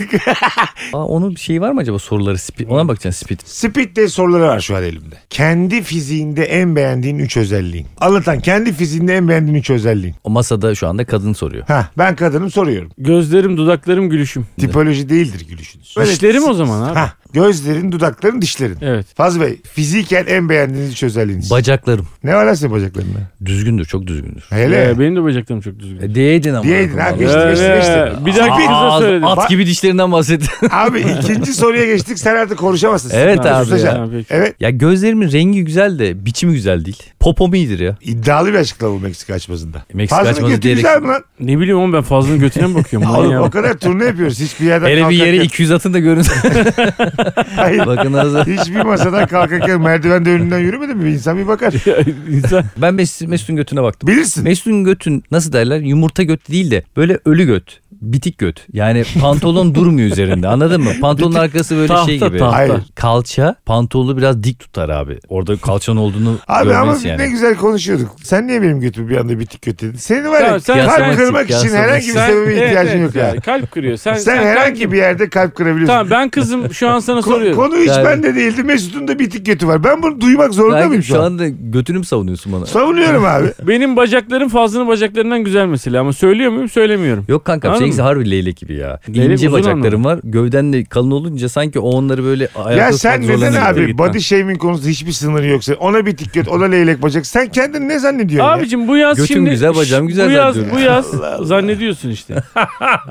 [SPEAKER 4] Aa, onun şeyi var mı acaba soruları? Spi- Ona bakacaksın speed.
[SPEAKER 2] Speed date soruları var şu an elimde. Kendi fiziğinde en beğendiğin 3 özelliğin. Anlatan kendi fiziğinde en beğendiğin 3 özelliğin.
[SPEAKER 4] O masada şu anda kadın soruyor.
[SPEAKER 2] Ha ben kadınım soruyorum.
[SPEAKER 3] Gözlerim, dudaklarım, gülüşüm.
[SPEAKER 2] Tipoloji değildir gülüşünüz. Böyle-
[SPEAKER 3] Dişlerim o zaman abi.
[SPEAKER 2] Ha gözlerin, dudakların, dişlerin.
[SPEAKER 3] Evet.
[SPEAKER 2] Faz Bey fiziken en beğendiğiniz 3 özelliğiniz.
[SPEAKER 4] Bacaklarım.
[SPEAKER 2] ne var lan senin bacaklarında?
[SPEAKER 4] Düzgündür çok düzgündür.
[SPEAKER 2] Hele.
[SPEAKER 3] Ee, benim de bacaklarım çok düzgün.
[SPEAKER 4] E, Değedin ama.
[SPEAKER 2] Değedin ha, geçti,
[SPEAKER 4] Ee,
[SPEAKER 2] geçti.
[SPEAKER 3] Ee, Bir dakika kıza
[SPEAKER 4] Aa,
[SPEAKER 3] söyledim.
[SPEAKER 4] At gibi dişlerinden bahsettin.
[SPEAKER 2] Abi ikinci soruya geçtik sen artık konuşamazsın.
[SPEAKER 4] Evet
[SPEAKER 2] Sen
[SPEAKER 4] abi
[SPEAKER 2] susacaksın.
[SPEAKER 3] ya. Peki.
[SPEAKER 2] Evet
[SPEAKER 4] Ya gözlerimin rengi güzel de biçimi güzel değil. Popom iyidir ya.
[SPEAKER 2] iddialı bir açıklama bu Meksika açmasında.
[SPEAKER 4] Meksika
[SPEAKER 2] Fazla
[SPEAKER 4] açması
[SPEAKER 2] götü
[SPEAKER 4] diyerek-
[SPEAKER 2] güzel mi lan?
[SPEAKER 3] Ne bileyim oğlum ben fazlının götüne mi bakıyorum? Ulan
[SPEAKER 2] Oğlum,
[SPEAKER 3] ya.
[SPEAKER 2] o kadar turne yapıyoruz hiçbir yerden
[SPEAKER 4] Hele bir yere
[SPEAKER 2] kalkarken-
[SPEAKER 4] 200 atın da görün.
[SPEAKER 2] Hayır.
[SPEAKER 4] Bakın ağzı.
[SPEAKER 2] Hiçbir masadan kalkarken merdivende önünden yürümedi mi? İnsan bir bakar.
[SPEAKER 3] İnsan
[SPEAKER 4] Ben Mes- Mesut'un götüne baktım.
[SPEAKER 2] Bilirsin.
[SPEAKER 4] Mesut'un götün nasıl derler? Yumurta göt değil de böyle ölü göt. Bitik göt. Yani pantolon durmuyor üzerinde anladın mı? Pantolonun arkası böyle şey
[SPEAKER 3] tahta
[SPEAKER 4] gibi.
[SPEAKER 3] tahta.
[SPEAKER 2] Hayır.
[SPEAKER 4] Kalça pantolonu biraz dik tutar abi. Orada kalçanın olduğunu
[SPEAKER 2] Abi ama
[SPEAKER 4] görmez yani.
[SPEAKER 2] ne güzel konuşuyorduk. Sen niye benim götümü bir anda bitik göt dedin? Senin var ya
[SPEAKER 3] Ya sen-
[SPEAKER 2] kalp
[SPEAKER 3] sen-
[SPEAKER 2] kırmak
[SPEAKER 4] ya
[SPEAKER 2] için
[SPEAKER 4] sen-
[SPEAKER 2] herhangi bir sebebe
[SPEAKER 3] evet,
[SPEAKER 2] ihtiyacın
[SPEAKER 3] evet
[SPEAKER 2] yok ya.
[SPEAKER 3] yani. Kalp kırıyor. Sen,
[SPEAKER 2] Sen, herhangi bir yerde kalp kırabiliyorsun.
[SPEAKER 3] Tamam ben kızım şu an sana
[SPEAKER 2] Ko-
[SPEAKER 3] soruyorum.
[SPEAKER 2] Konu hiç
[SPEAKER 4] Yani-
[SPEAKER 2] bende değildi. Mesut'un da bitik götü var. Ben bunu duymak zorunda
[SPEAKER 4] Belki
[SPEAKER 2] mıyım şu an?
[SPEAKER 4] anda götünü mü savunuyorsun bana?
[SPEAKER 2] Savunuyorum abi.
[SPEAKER 3] Benim bacaklarım fazlının bacaklarından güzel mesela ama söylüyor muyum söylemiyorum.
[SPEAKER 4] Yok kanka kankam.
[SPEAKER 3] Anladın
[SPEAKER 4] Seninki
[SPEAKER 3] mı?
[SPEAKER 4] harbi leylek gibi ya.
[SPEAKER 3] Leylek
[SPEAKER 4] İnce
[SPEAKER 3] uzun
[SPEAKER 4] bacaklarım var. Gövden de kalın olunca sanki o onları böyle ayakta
[SPEAKER 2] ya
[SPEAKER 4] tutmak
[SPEAKER 2] sen neden
[SPEAKER 4] zorlanıyor.
[SPEAKER 2] abi
[SPEAKER 4] Gitmen.
[SPEAKER 2] body shaming konusunda hiçbir sınırı yoksa ona bir göt ona leylek bacak sen kendini ne zannediyorsun ya?
[SPEAKER 3] Abicim bu yaz
[SPEAKER 4] Götüm
[SPEAKER 3] şimdi
[SPEAKER 4] güzel, bacağım güzel
[SPEAKER 3] bu yaz
[SPEAKER 4] zannediyorum.
[SPEAKER 3] bu yaz zannediyorsun işte.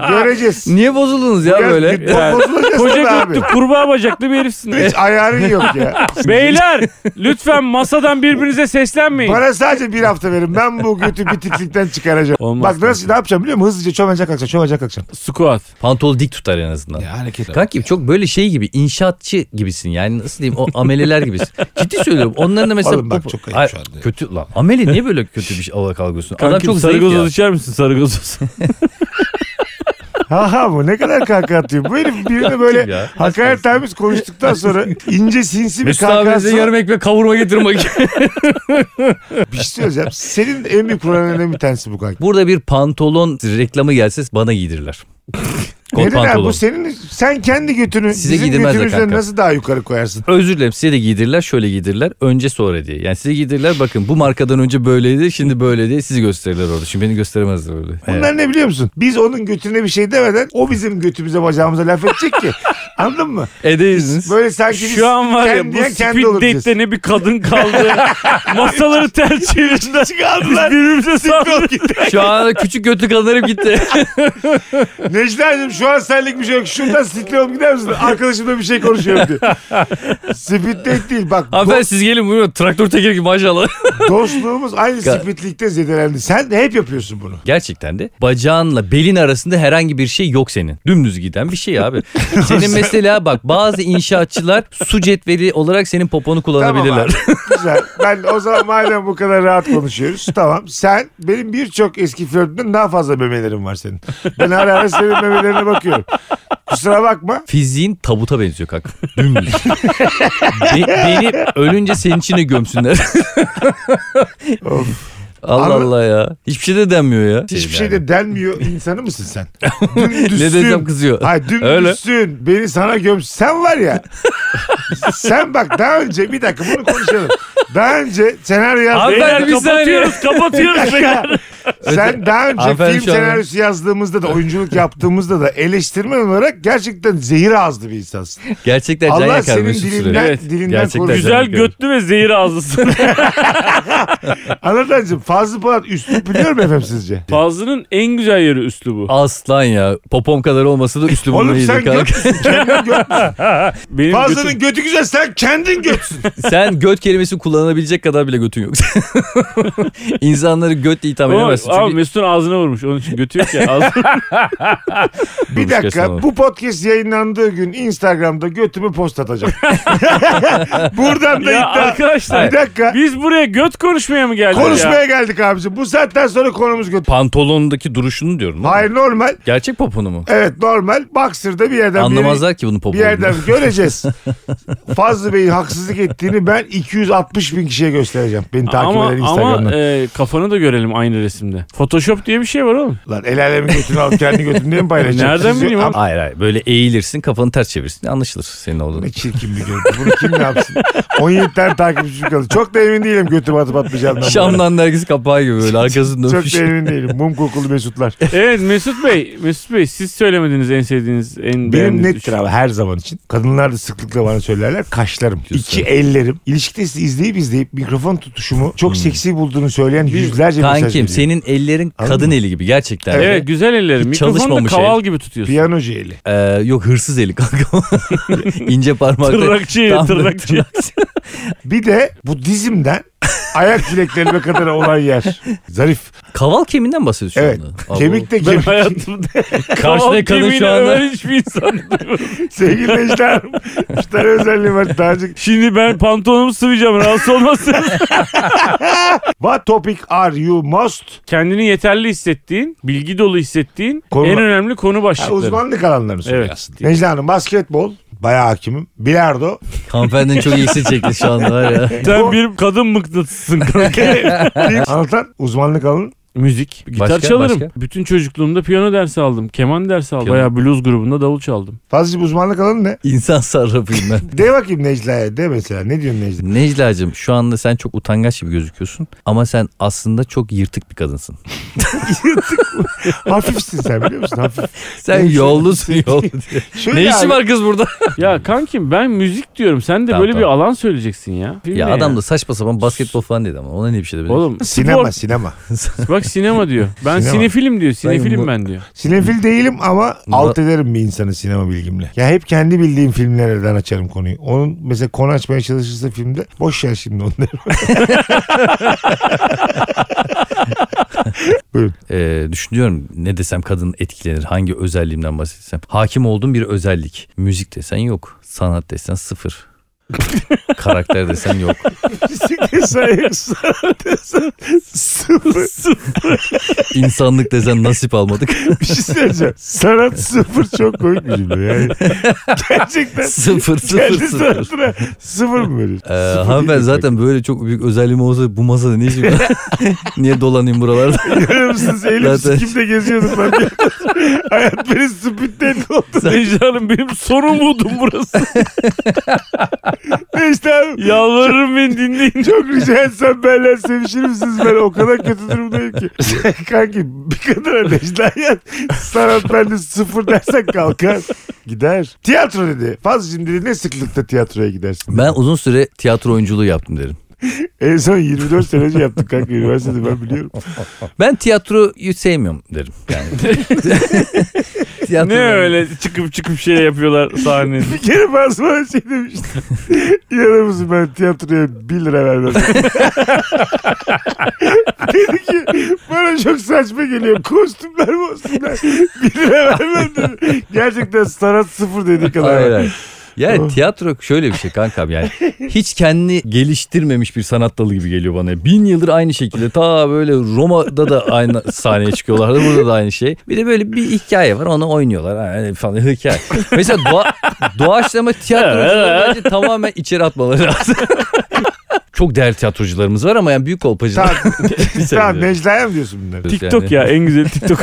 [SPEAKER 2] göreceğiz
[SPEAKER 4] Niye bozuldunuz ya
[SPEAKER 2] Biraz
[SPEAKER 4] böyle?
[SPEAKER 2] bir bozulacağız tabii
[SPEAKER 3] Koca
[SPEAKER 2] abi.
[SPEAKER 3] götlü kurbağa bacaklı bir herifsin. E,
[SPEAKER 2] hiç ayarın yok ya
[SPEAKER 3] Beyler lütfen masadan birbirinize seslenmeyin.
[SPEAKER 2] bana sadece bir hafta verin ben bu götü bitiklikten çıkaracağım
[SPEAKER 3] Olmaz.
[SPEAKER 2] bak nasıl ne yapacağım biliyor musun hızlıca çömelecek akşam çömelecek akşam
[SPEAKER 3] Squat.
[SPEAKER 4] Pantol dik tutar en azından.
[SPEAKER 2] hareket
[SPEAKER 4] Kankim çok böyle şey gibi inşaatçı gibisin yani nasıl diyeyim o ameleler gibisin. Ciddi söylüyorum onların da mesela
[SPEAKER 2] Oğlum bak
[SPEAKER 4] popo-
[SPEAKER 2] çok ayıp
[SPEAKER 4] Ay,
[SPEAKER 2] şu anda.
[SPEAKER 4] Kötü lan ameli niye böyle kötü bir şey hava kalkıyorsun? Adam
[SPEAKER 3] Kankim,
[SPEAKER 4] çok
[SPEAKER 3] sarı şey-
[SPEAKER 4] zayıf
[SPEAKER 3] gazoz
[SPEAKER 4] ya.
[SPEAKER 3] içer misin sarı gazoz?
[SPEAKER 2] Aha bu ne kadar kahkaha atıyor. Bu herif birine böyle
[SPEAKER 4] ya.
[SPEAKER 2] hakaret terbiz konuştuktan sonra ince sinsi bir
[SPEAKER 4] Mesut abi
[SPEAKER 2] kahkahası
[SPEAKER 4] bize yarım
[SPEAKER 2] var.
[SPEAKER 4] ekmek kavurma getirmek.
[SPEAKER 2] Bir şey söyleyeceğim. Senin en büyük problemlerinden bir tanesi bu kanka.
[SPEAKER 4] Burada bir pantolon reklamı gelse bana giydirirler. Kot
[SPEAKER 2] Neden abi
[SPEAKER 4] pantolon.
[SPEAKER 2] bu senin sen kendi götünü
[SPEAKER 4] Size
[SPEAKER 2] bizim
[SPEAKER 4] giydirmezler
[SPEAKER 2] götümüzden
[SPEAKER 4] kanka.
[SPEAKER 2] nasıl daha yukarı koyarsın?
[SPEAKER 4] Özür dilerim size de giydirirler şöyle giydirirler önce sonra diye. Yani size giydirirler bakın bu markadan önce böyleydi şimdi böyle diye sizi gösterirler orada. Şimdi beni gösteremezler öyle.
[SPEAKER 2] Bunlar ne biliyor musun? Biz onun götüne bir şey demeden o bizim götümüze bacağımıza laf edecek ki. Anladın mı?
[SPEAKER 4] Edeyiziniz.
[SPEAKER 2] Böyle sanki biz
[SPEAKER 3] Şu an var ya
[SPEAKER 2] kendi
[SPEAKER 3] bu
[SPEAKER 2] yiyen kendi
[SPEAKER 3] speed
[SPEAKER 2] olur diyeceğiz.
[SPEAKER 3] date'de ne bir kadın kaldı. Masaları ters çevirdiler.
[SPEAKER 2] Çıkardılar.
[SPEAKER 3] Birbirimize sardık.
[SPEAKER 4] Şu an küçük götlü kadınlarım gitti.
[SPEAKER 2] Necla'cığım şu an senlik bir şey yok. Şuradan sikliyorum gider misin? Arkadaşımla bir şey konuşuyorum diyor. Speed date değil bak.
[SPEAKER 4] Hanımefendi siz gelin buyurun traktör teker gibi maşallah.
[SPEAKER 2] Dostluğumuz aynı spitlikte zedelendi. Sen de hep yapıyorsun bunu.
[SPEAKER 4] Gerçekten de bacağınla belin arasında herhangi bir şey yok senin. Dümdüz giden bir şey abi. Senin mesela bak bazı inşaatçılar su cetveli olarak senin poponu kullanabilirler.
[SPEAKER 2] abi. Güzel. Ben o zaman madem bu kadar rahat konuşuyoruz. Tamam. Sen benim birçok eski flörtümden daha fazla memelerim var senin. Ben ara ara senin memelerine bakıyorum. Kusura bakma.
[SPEAKER 4] Fiziğin tabuta benziyor kanka. Dümdüz. Be- beni ölünce senin içine gömsünler.
[SPEAKER 2] Of.
[SPEAKER 4] Allah
[SPEAKER 2] Abi-
[SPEAKER 4] Allah ya. Hiçbir şey de denmiyor ya.
[SPEAKER 2] Hiçbir şey
[SPEAKER 4] Yani.
[SPEAKER 2] de denmiyor insanı mısın sen?
[SPEAKER 4] Ne
[SPEAKER 2] Dümdüzsün.
[SPEAKER 4] desem kızıyor.
[SPEAKER 2] Hayır dümdüzsün. Beni sana göm. Sen var ya. sen bak daha önce bir dakika bunu konuşalım. Daha önce senaryo
[SPEAKER 4] Abi
[SPEAKER 2] yazdın.
[SPEAKER 4] ben
[SPEAKER 3] Beyler
[SPEAKER 4] bir saniye.
[SPEAKER 3] kapatıyoruz kapatıyoruz. beyler.
[SPEAKER 2] Sen daha önce
[SPEAKER 4] Hanımefendi
[SPEAKER 2] film
[SPEAKER 4] şu an-
[SPEAKER 2] senaryosu yazdığımızda da oyunculuk yaptığımızda da eleştirmen olarak gerçekten zehir ağızlı bir insansın.
[SPEAKER 4] Gerçekten can
[SPEAKER 2] Allah
[SPEAKER 4] yakar
[SPEAKER 2] senin
[SPEAKER 4] Mesut Süre.
[SPEAKER 2] dilinden,
[SPEAKER 3] Evet,
[SPEAKER 2] dilinden
[SPEAKER 4] gerçekten.
[SPEAKER 2] korusun.
[SPEAKER 3] Güzel
[SPEAKER 4] şey.
[SPEAKER 3] götlü ve zehir ağızlısın.
[SPEAKER 2] Anlatancığım Fazlı Polat üstün biliyor mu efendim sizce?
[SPEAKER 3] Fazlı'nın en güzel yeri üslubu.
[SPEAKER 4] Aslan ya. Popom kadar olmasa da üslubumla
[SPEAKER 2] Oğlum
[SPEAKER 4] iyidir
[SPEAKER 2] sen
[SPEAKER 4] kanka.
[SPEAKER 2] götsün. Kendin göt.
[SPEAKER 3] Benim götüm-
[SPEAKER 2] Fazlı'nın götü güzel sen kendin götsün.
[SPEAKER 4] Sen göt kelimesi kullanabilecek kadar bile götün yok. İnsanları götle itham
[SPEAKER 3] Ama,
[SPEAKER 4] edemezsin.
[SPEAKER 3] ama
[SPEAKER 4] Çünkü
[SPEAKER 3] Mesut'un ağzına vurmuş. Onun için götü yok ya. Ağzına-
[SPEAKER 2] Bir dakika
[SPEAKER 4] kesin
[SPEAKER 2] bu podcast yayınlandığı gün Instagram'da götümü post atacağım. Buradan da
[SPEAKER 3] ya
[SPEAKER 2] iddia.
[SPEAKER 3] arkadaşlar
[SPEAKER 2] Bir dakika.
[SPEAKER 3] biz buraya göt konuşmaya mı geldik ya?
[SPEAKER 2] Konuşmaya geldik abicim. Bu saatten sonra konumuz göt.
[SPEAKER 4] pantolonundaki duruşunu diyorum. değil mi?
[SPEAKER 2] Hayır normal.
[SPEAKER 4] Gerçek poponu mu?
[SPEAKER 2] Evet normal. Boxer'da bir yerden bir yere-
[SPEAKER 4] Anlamazlar ki bunun
[SPEAKER 2] bir
[SPEAKER 4] poponu.
[SPEAKER 2] yerden göreceğiz. Fazlı Bey'in haksızlık ettiğini ben 260 bin kişiye göstereceğim. Beni takip
[SPEAKER 3] Ama,
[SPEAKER 2] eden Instagram'dan.
[SPEAKER 3] ama e, kafanı da görelim aynı resimde. Photoshop diye bir şey var oğlum.
[SPEAKER 2] Lan el alemin götünü alıp kendi götümden mi paylaşacağım?
[SPEAKER 3] Nereden
[SPEAKER 2] Siz-
[SPEAKER 3] bileyim oğlum?
[SPEAKER 4] Hayır hayır böyle eğilirsin kafanı ters çevirsin anlaşılır senin olduğunu.
[SPEAKER 2] Ne çirkin bir görüntü. Bunu kim ne yapsın? 17 tane takipçim kaldı. Çok da emin değilim götümü atıp atmayacağımdan.
[SPEAKER 4] Şamdan dergisi kapağı gibi böyle arkasını
[SPEAKER 2] Çok
[SPEAKER 4] dönmüş.
[SPEAKER 2] da emin değilim. Mum kokulu mesutlar.
[SPEAKER 3] Evet Mesut Bey, Mesut Bey siz söylemediniz en sevdiğiniz, en
[SPEAKER 2] Benim
[SPEAKER 3] beğendiğiniz. şey.
[SPEAKER 2] nettir abi her zaman için. Kadınlar da sıklıkla bana söylerler. Kaşlarım,
[SPEAKER 4] Diyorsun.
[SPEAKER 2] iki ellerim. İlişkide sizi izleyip izleyip mikrofon tutuşumu çok
[SPEAKER 3] Hmm.
[SPEAKER 2] seksi bulduğunu söyleyen yüzlerce mesaj
[SPEAKER 4] Kankim
[SPEAKER 2] geliyor.
[SPEAKER 4] senin ellerin
[SPEAKER 2] Anladın
[SPEAKER 4] kadın
[SPEAKER 2] mı?
[SPEAKER 4] eli gibi gerçekten. de.
[SPEAKER 3] Evet güzel ellerim.
[SPEAKER 4] Hiç
[SPEAKER 3] Mikrofonu da
[SPEAKER 4] çalışmamış
[SPEAKER 3] kaval gibi tutuyorsun.
[SPEAKER 2] Piyanocu eli.
[SPEAKER 4] Ee, yok hırsız eli kanka. İnce parmakla.
[SPEAKER 3] Tırnakçı eli,
[SPEAKER 4] Tam böyle
[SPEAKER 3] tırnakçı.
[SPEAKER 2] Bir de bu dizimden ayak bileklerime kadar olan yer. Zarif.
[SPEAKER 4] Kaval kemiğinden bahsediyorsun
[SPEAKER 2] Evet.
[SPEAKER 4] şu anda. Abo.
[SPEAKER 2] Kemik de
[SPEAKER 3] Ben
[SPEAKER 2] kemik.
[SPEAKER 3] hayatımda kaval
[SPEAKER 4] Karşıda kadın
[SPEAKER 3] kemiğini
[SPEAKER 4] şu anda.
[SPEAKER 3] öven hiçbir insan duymadım.
[SPEAKER 2] Sevgili Necla Hanım. Üç tane özelliği var. Daha önce-
[SPEAKER 3] Şimdi ben pantolonumu sıvayacağım rahatsız olmasın.
[SPEAKER 2] What topic are you most?
[SPEAKER 3] Kendini yeterli hissettiğin, bilgi dolu hissettiğin
[SPEAKER 2] Konu-
[SPEAKER 3] en önemli konu
[SPEAKER 2] Ha,
[SPEAKER 3] başlıkları.
[SPEAKER 2] uzmanlık alanlarını söylüyor
[SPEAKER 3] Evet.
[SPEAKER 2] aslında. Necla Hanım basketbol. Bayağı hakimim. Bilardo.
[SPEAKER 4] Hanımefendinin çok iyisi çekti şu anda var ya.
[SPEAKER 3] Sen bir kadın mıknatısısın kanka.
[SPEAKER 2] Anlatan uzmanlık alanı
[SPEAKER 3] Müzik. Gitar
[SPEAKER 4] Başka,
[SPEAKER 3] çalarım.
[SPEAKER 4] başka?
[SPEAKER 3] Bütün çocukluğumda piyano dersi aldım. Keman dersi aldım.
[SPEAKER 4] Piyano.
[SPEAKER 3] Bayağı blues grubunda davul çaldım.
[SPEAKER 2] Fazlıcığım uzmanlık alanı ne?
[SPEAKER 4] İnsan sarrafıyım ben.
[SPEAKER 2] De bakayım Necla'ya de mesela. Ne diyorsun Necla?
[SPEAKER 4] Necla'cığım şu anda sen çok utangaç gibi gözüküyorsun ama sen aslında çok yırtık bir kadınsın.
[SPEAKER 2] Hafifsin sen biliyor musun? Hafif.
[SPEAKER 4] Sen yollusun yollu diye.
[SPEAKER 2] Şöyle
[SPEAKER 4] ne işi
[SPEAKER 2] abi,
[SPEAKER 4] var kız burada?
[SPEAKER 3] ya kankim ben müzik diyorum. Sen de
[SPEAKER 4] Tamam,
[SPEAKER 3] böyle bir
[SPEAKER 4] tamam.
[SPEAKER 3] alan söyleyeceksin ya. Film
[SPEAKER 4] ya
[SPEAKER 3] ne
[SPEAKER 4] adam da saçma sapan basketbol falan dedi ama ona ne bir şey de bilemez.
[SPEAKER 3] Oğlum
[SPEAKER 2] Sinema
[SPEAKER 3] spor.
[SPEAKER 2] sinema.
[SPEAKER 3] Bak sinema diyor. Ben
[SPEAKER 2] Sinema.
[SPEAKER 3] sinefilim diyor. Sinefilim
[SPEAKER 4] bu-
[SPEAKER 3] ben, diyor.
[SPEAKER 2] Sinefil değilim ama
[SPEAKER 4] Murat-
[SPEAKER 2] alt ederim bir insanı sinema bilgimle. Ya hep kendi bildiğim filmlerden açarım konuyu. Onun mesela konu açmaya çalışırsa filmde boş ver şimdi onları. Buyurun.
[SPEAKER 4] Ee, düşünüyorum ne desem kadın etkilenir hangi özelliğimden bahsetsem. Hakim olduğum bir özellik. Müzik desen yok. Sanat desen sıfır. Karakter desen yok.
[SPEAKER 2] sıfır.
[SPEAKER 4] İnsanlık desen nasip almadık.
[SPEAKER 2] Bir şey söyleyeceğim. Sanat sıfır çok komik bir cümle. Yani gerçekten
[SPEAKER 4] sıfır sıfır
[SPEAKER 2] kendi
[SPEAKER 4] sıfır.
[SPEAKER 2] sanatına sıfır mı veriyorsun?
[SPEAKER 4] Ee,
[SPEAKER 2] Sıfır değil
[SPEAKER 4] hanımefendi
[SPEAKER 2] mi?
[SPEAKER 4] zaten böyle çok büyük özelliğim olsa bu masada ne işim var? Niye dolanayım buralarda?
[SPEAKER 2] Görüyor musunuz? Elim
[SPEAKER 4] Zaten-
[SPEAKER 2] sikimle geziyordum ben. Hayat beni spitten oldu.
[SPEAKER 3] Necla Hanım benim sorumluluğum burası.
[SPEAKER 2] Necla Hanım.
[SPEAKER 3] Yalvarırım beni dinleyin.
[SPEAKER 2] Çok rica etsem benle sevişir misiniz? Ben o kadar kötü durumdayım ki. Kanki bir kadına Necla'ya sanat bende sıfır dersen kalkar. Gider. Tiyatro dedi. Fazlacığım dedi ne sıklıkta tiyatroya gidersin?
[SPEAKER 4] Ben uzun süre tiyatro oyunculuğu yaptım derim.
[SPEAKER 2] En son 24 sene önce yaptık kanka üniversitede ben biliyorum.
[SPEAKER 4] Ben tiyatroyu sevmiyorum derim. Yani. Tiyatro-
[SPEAKER 3] Ne öyle çıkıp çıkıp şey yapıyorlar sahnede.
[SPEAKER 2] Bir kere bazı bana şey demişti. İnanır mısın ben tiyatroya 1 lira vermem. dedi ki bana çok saçma geliyor. Kostümler mostümler 1 lira vermem dedi. Gerçekten sanat sıfır dediği kadar.
[SPEAKER 4] Hayır hayır. Yani tiyatro şöyle bir şey kankam yani hiç kendini geliştirmemiş bir sanat dalı gibi geliyor bana. Bin yıldır aynı şekilde ta böyle Roma'da da aynı sahneye çıkıyorlardı burada da aynı şey. Bir de böyle bir hikaye var onu oynuyorlar yani falan hikaye. Mesela doğa, doğaçlama tiyatrocuları bence tamamen içeri atmaları lazım. Çok değerli tiyatrocularımız var ama yani büyük kolpacılar.
[SPEAKER 2] Tamam, tamam Necla'ya mı diyorsun bunları?
[SPEAKER 3] TikTok ya en güzel TikTok.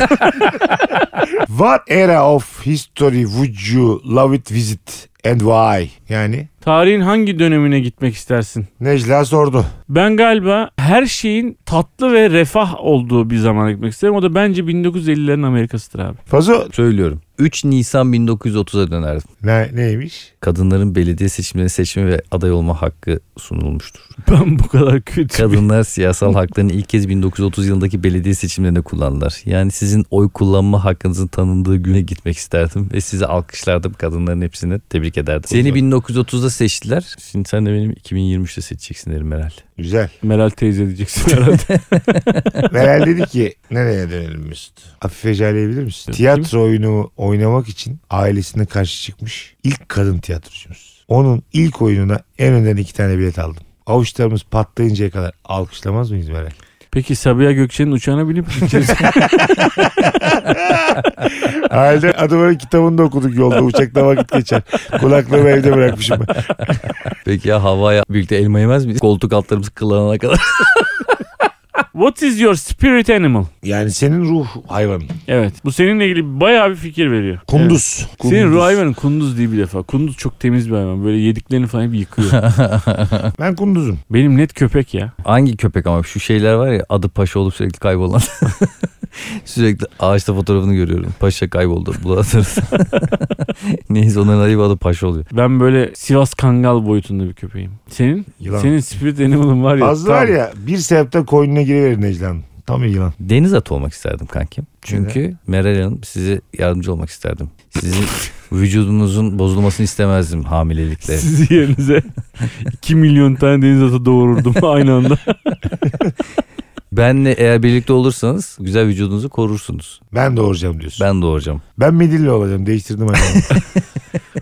[SPEAKER 2] What era of history would you love it visit and why? Yani
[SPEAKER 3] Tarihin hangi dönemine gitmek istersin?
[SPEAKER 2] Necla sordu.
[SPEAKER 3] Ben galiba her şeyin tatlı ve refah olduğu bir zamana gitmek isterim. O da bence 1950'lerin Amerikası'dır abi.
[SPEAKER 2] Fazo
[SPEAKER 4] Söylüyorum. 3 Nisan 1930'a dönerdim.
[SPEAKER 2] ne, neymiş?
[SPEAKER 4] Kadınların belediye seçimlerine seçme ve aday olma hakkı sunulmuştur.
[SPEAKER 3] Ben bu kadar kötü.
[SPEAKER 4] Kadınlar siyasal haklarını ilk kez 1930 yılındaki belediye seçimlerinde kullandılar. Yani sizin oy kullanma hakkınızın tanındığı güne gitmek isterdim ve sizi alkışlardım kadınların hepsini tebrik ederdim. Seni 1930'da seçtiler. Şimdi sen de benim 2023'te seçeceksin derim herhalde.
[SPEAKER 2] Güzel.
[SPEAKER 3] Meral teyze diyeceksin herhalde.
[SPEAKER 2] Meral dedi ki nereye dönelim Mesut? Hafif eceleyebilir misin?
[SPEAKER 3] Yok,
[SPEAKER 2] Tiyatro oyunu oynamak için ailesine karşı çıkmış ilk kadın tiyatrocumuz. Onun ilk oyununa en önden iki tane bilet aldım. Avuçlarımız patlayıncaya kadar alkışlamaz mıyız Meral?
[SPEAKER 3] Peki Sabiha Gökçen'in uçağına binip gideceğiz.
[SPEAKER 2] Halde adamın kitabını da okuduk yolda uçakta vakit geçer. Kulaklığımı evde bırakmışım. ben.
[SPEAKER 4] Peki ya havaya birlikte elma yemez miyiz? Koltuk altlarımız kıllanana kadar.
[SPEAKER 3] What is your spirit animal?
[SPEAKER 2] Yani senin ruh hayvanın.
[SPEAKER 3] Evet. Bu seninle ilgili bayağı bir fikir veriyor.
[SPEAKER 2] Kunduz.
[SPEAKER 3] Evet. Senin ruh hayvanın kunduz değil bir defa. Kunduz çok temiz bir hayvan. Böyle yediklerini falan hep yıkıyor.
[SPEAKER 2] Ben kunduzum.
[SPEAKER 3] Benim net köpek ya.
[SPEAKER 4] Hangi köpek ama şu şeyler var ya adı paşa olup sürekli kaybolan. sürekli ağaçta fotoğrafını görüyorum. Paşa kayboldu. Bulatırız. Neyse onların ayıbı adı paşa oluyor.
[SPEAKER 3] Ben böyle Sivas Kangal boyutunda bir köpeğim. Senin?
[SPEAKER 2] Yılan.
[SPEAKER 3] Senin spirit animal'ın var ya.
[SPEAKER 2] Fazla
[SPEAKER 3] tam-
[SPEAKER 2] var ya bir sebepten koynuna giriverir Necla Hanım. Tam bir yılan.
[SPEAKER 4] Deniz atı olmak isterdim kankim. Çünkü Meral Hanım size yardımcı olmak isterdim. Sizin vücudunuzun bozulmasını istemezdim hamilelikle.
[SPEAKER 3] Sizin yerinize 2 milyon tane deniz atı doğururdum aynı anda.
[SPEAKER 4] Benle eğer birlikte olursanız güzel vücudunuzu korursunuz.
[SPEAKER 2] Ben doğuracağım diyorsun. Ben,
[SPEAKER 4] Ben doğuracağım.
[SPEAKER 2] midilli olacağım. Değiştirdim adamı.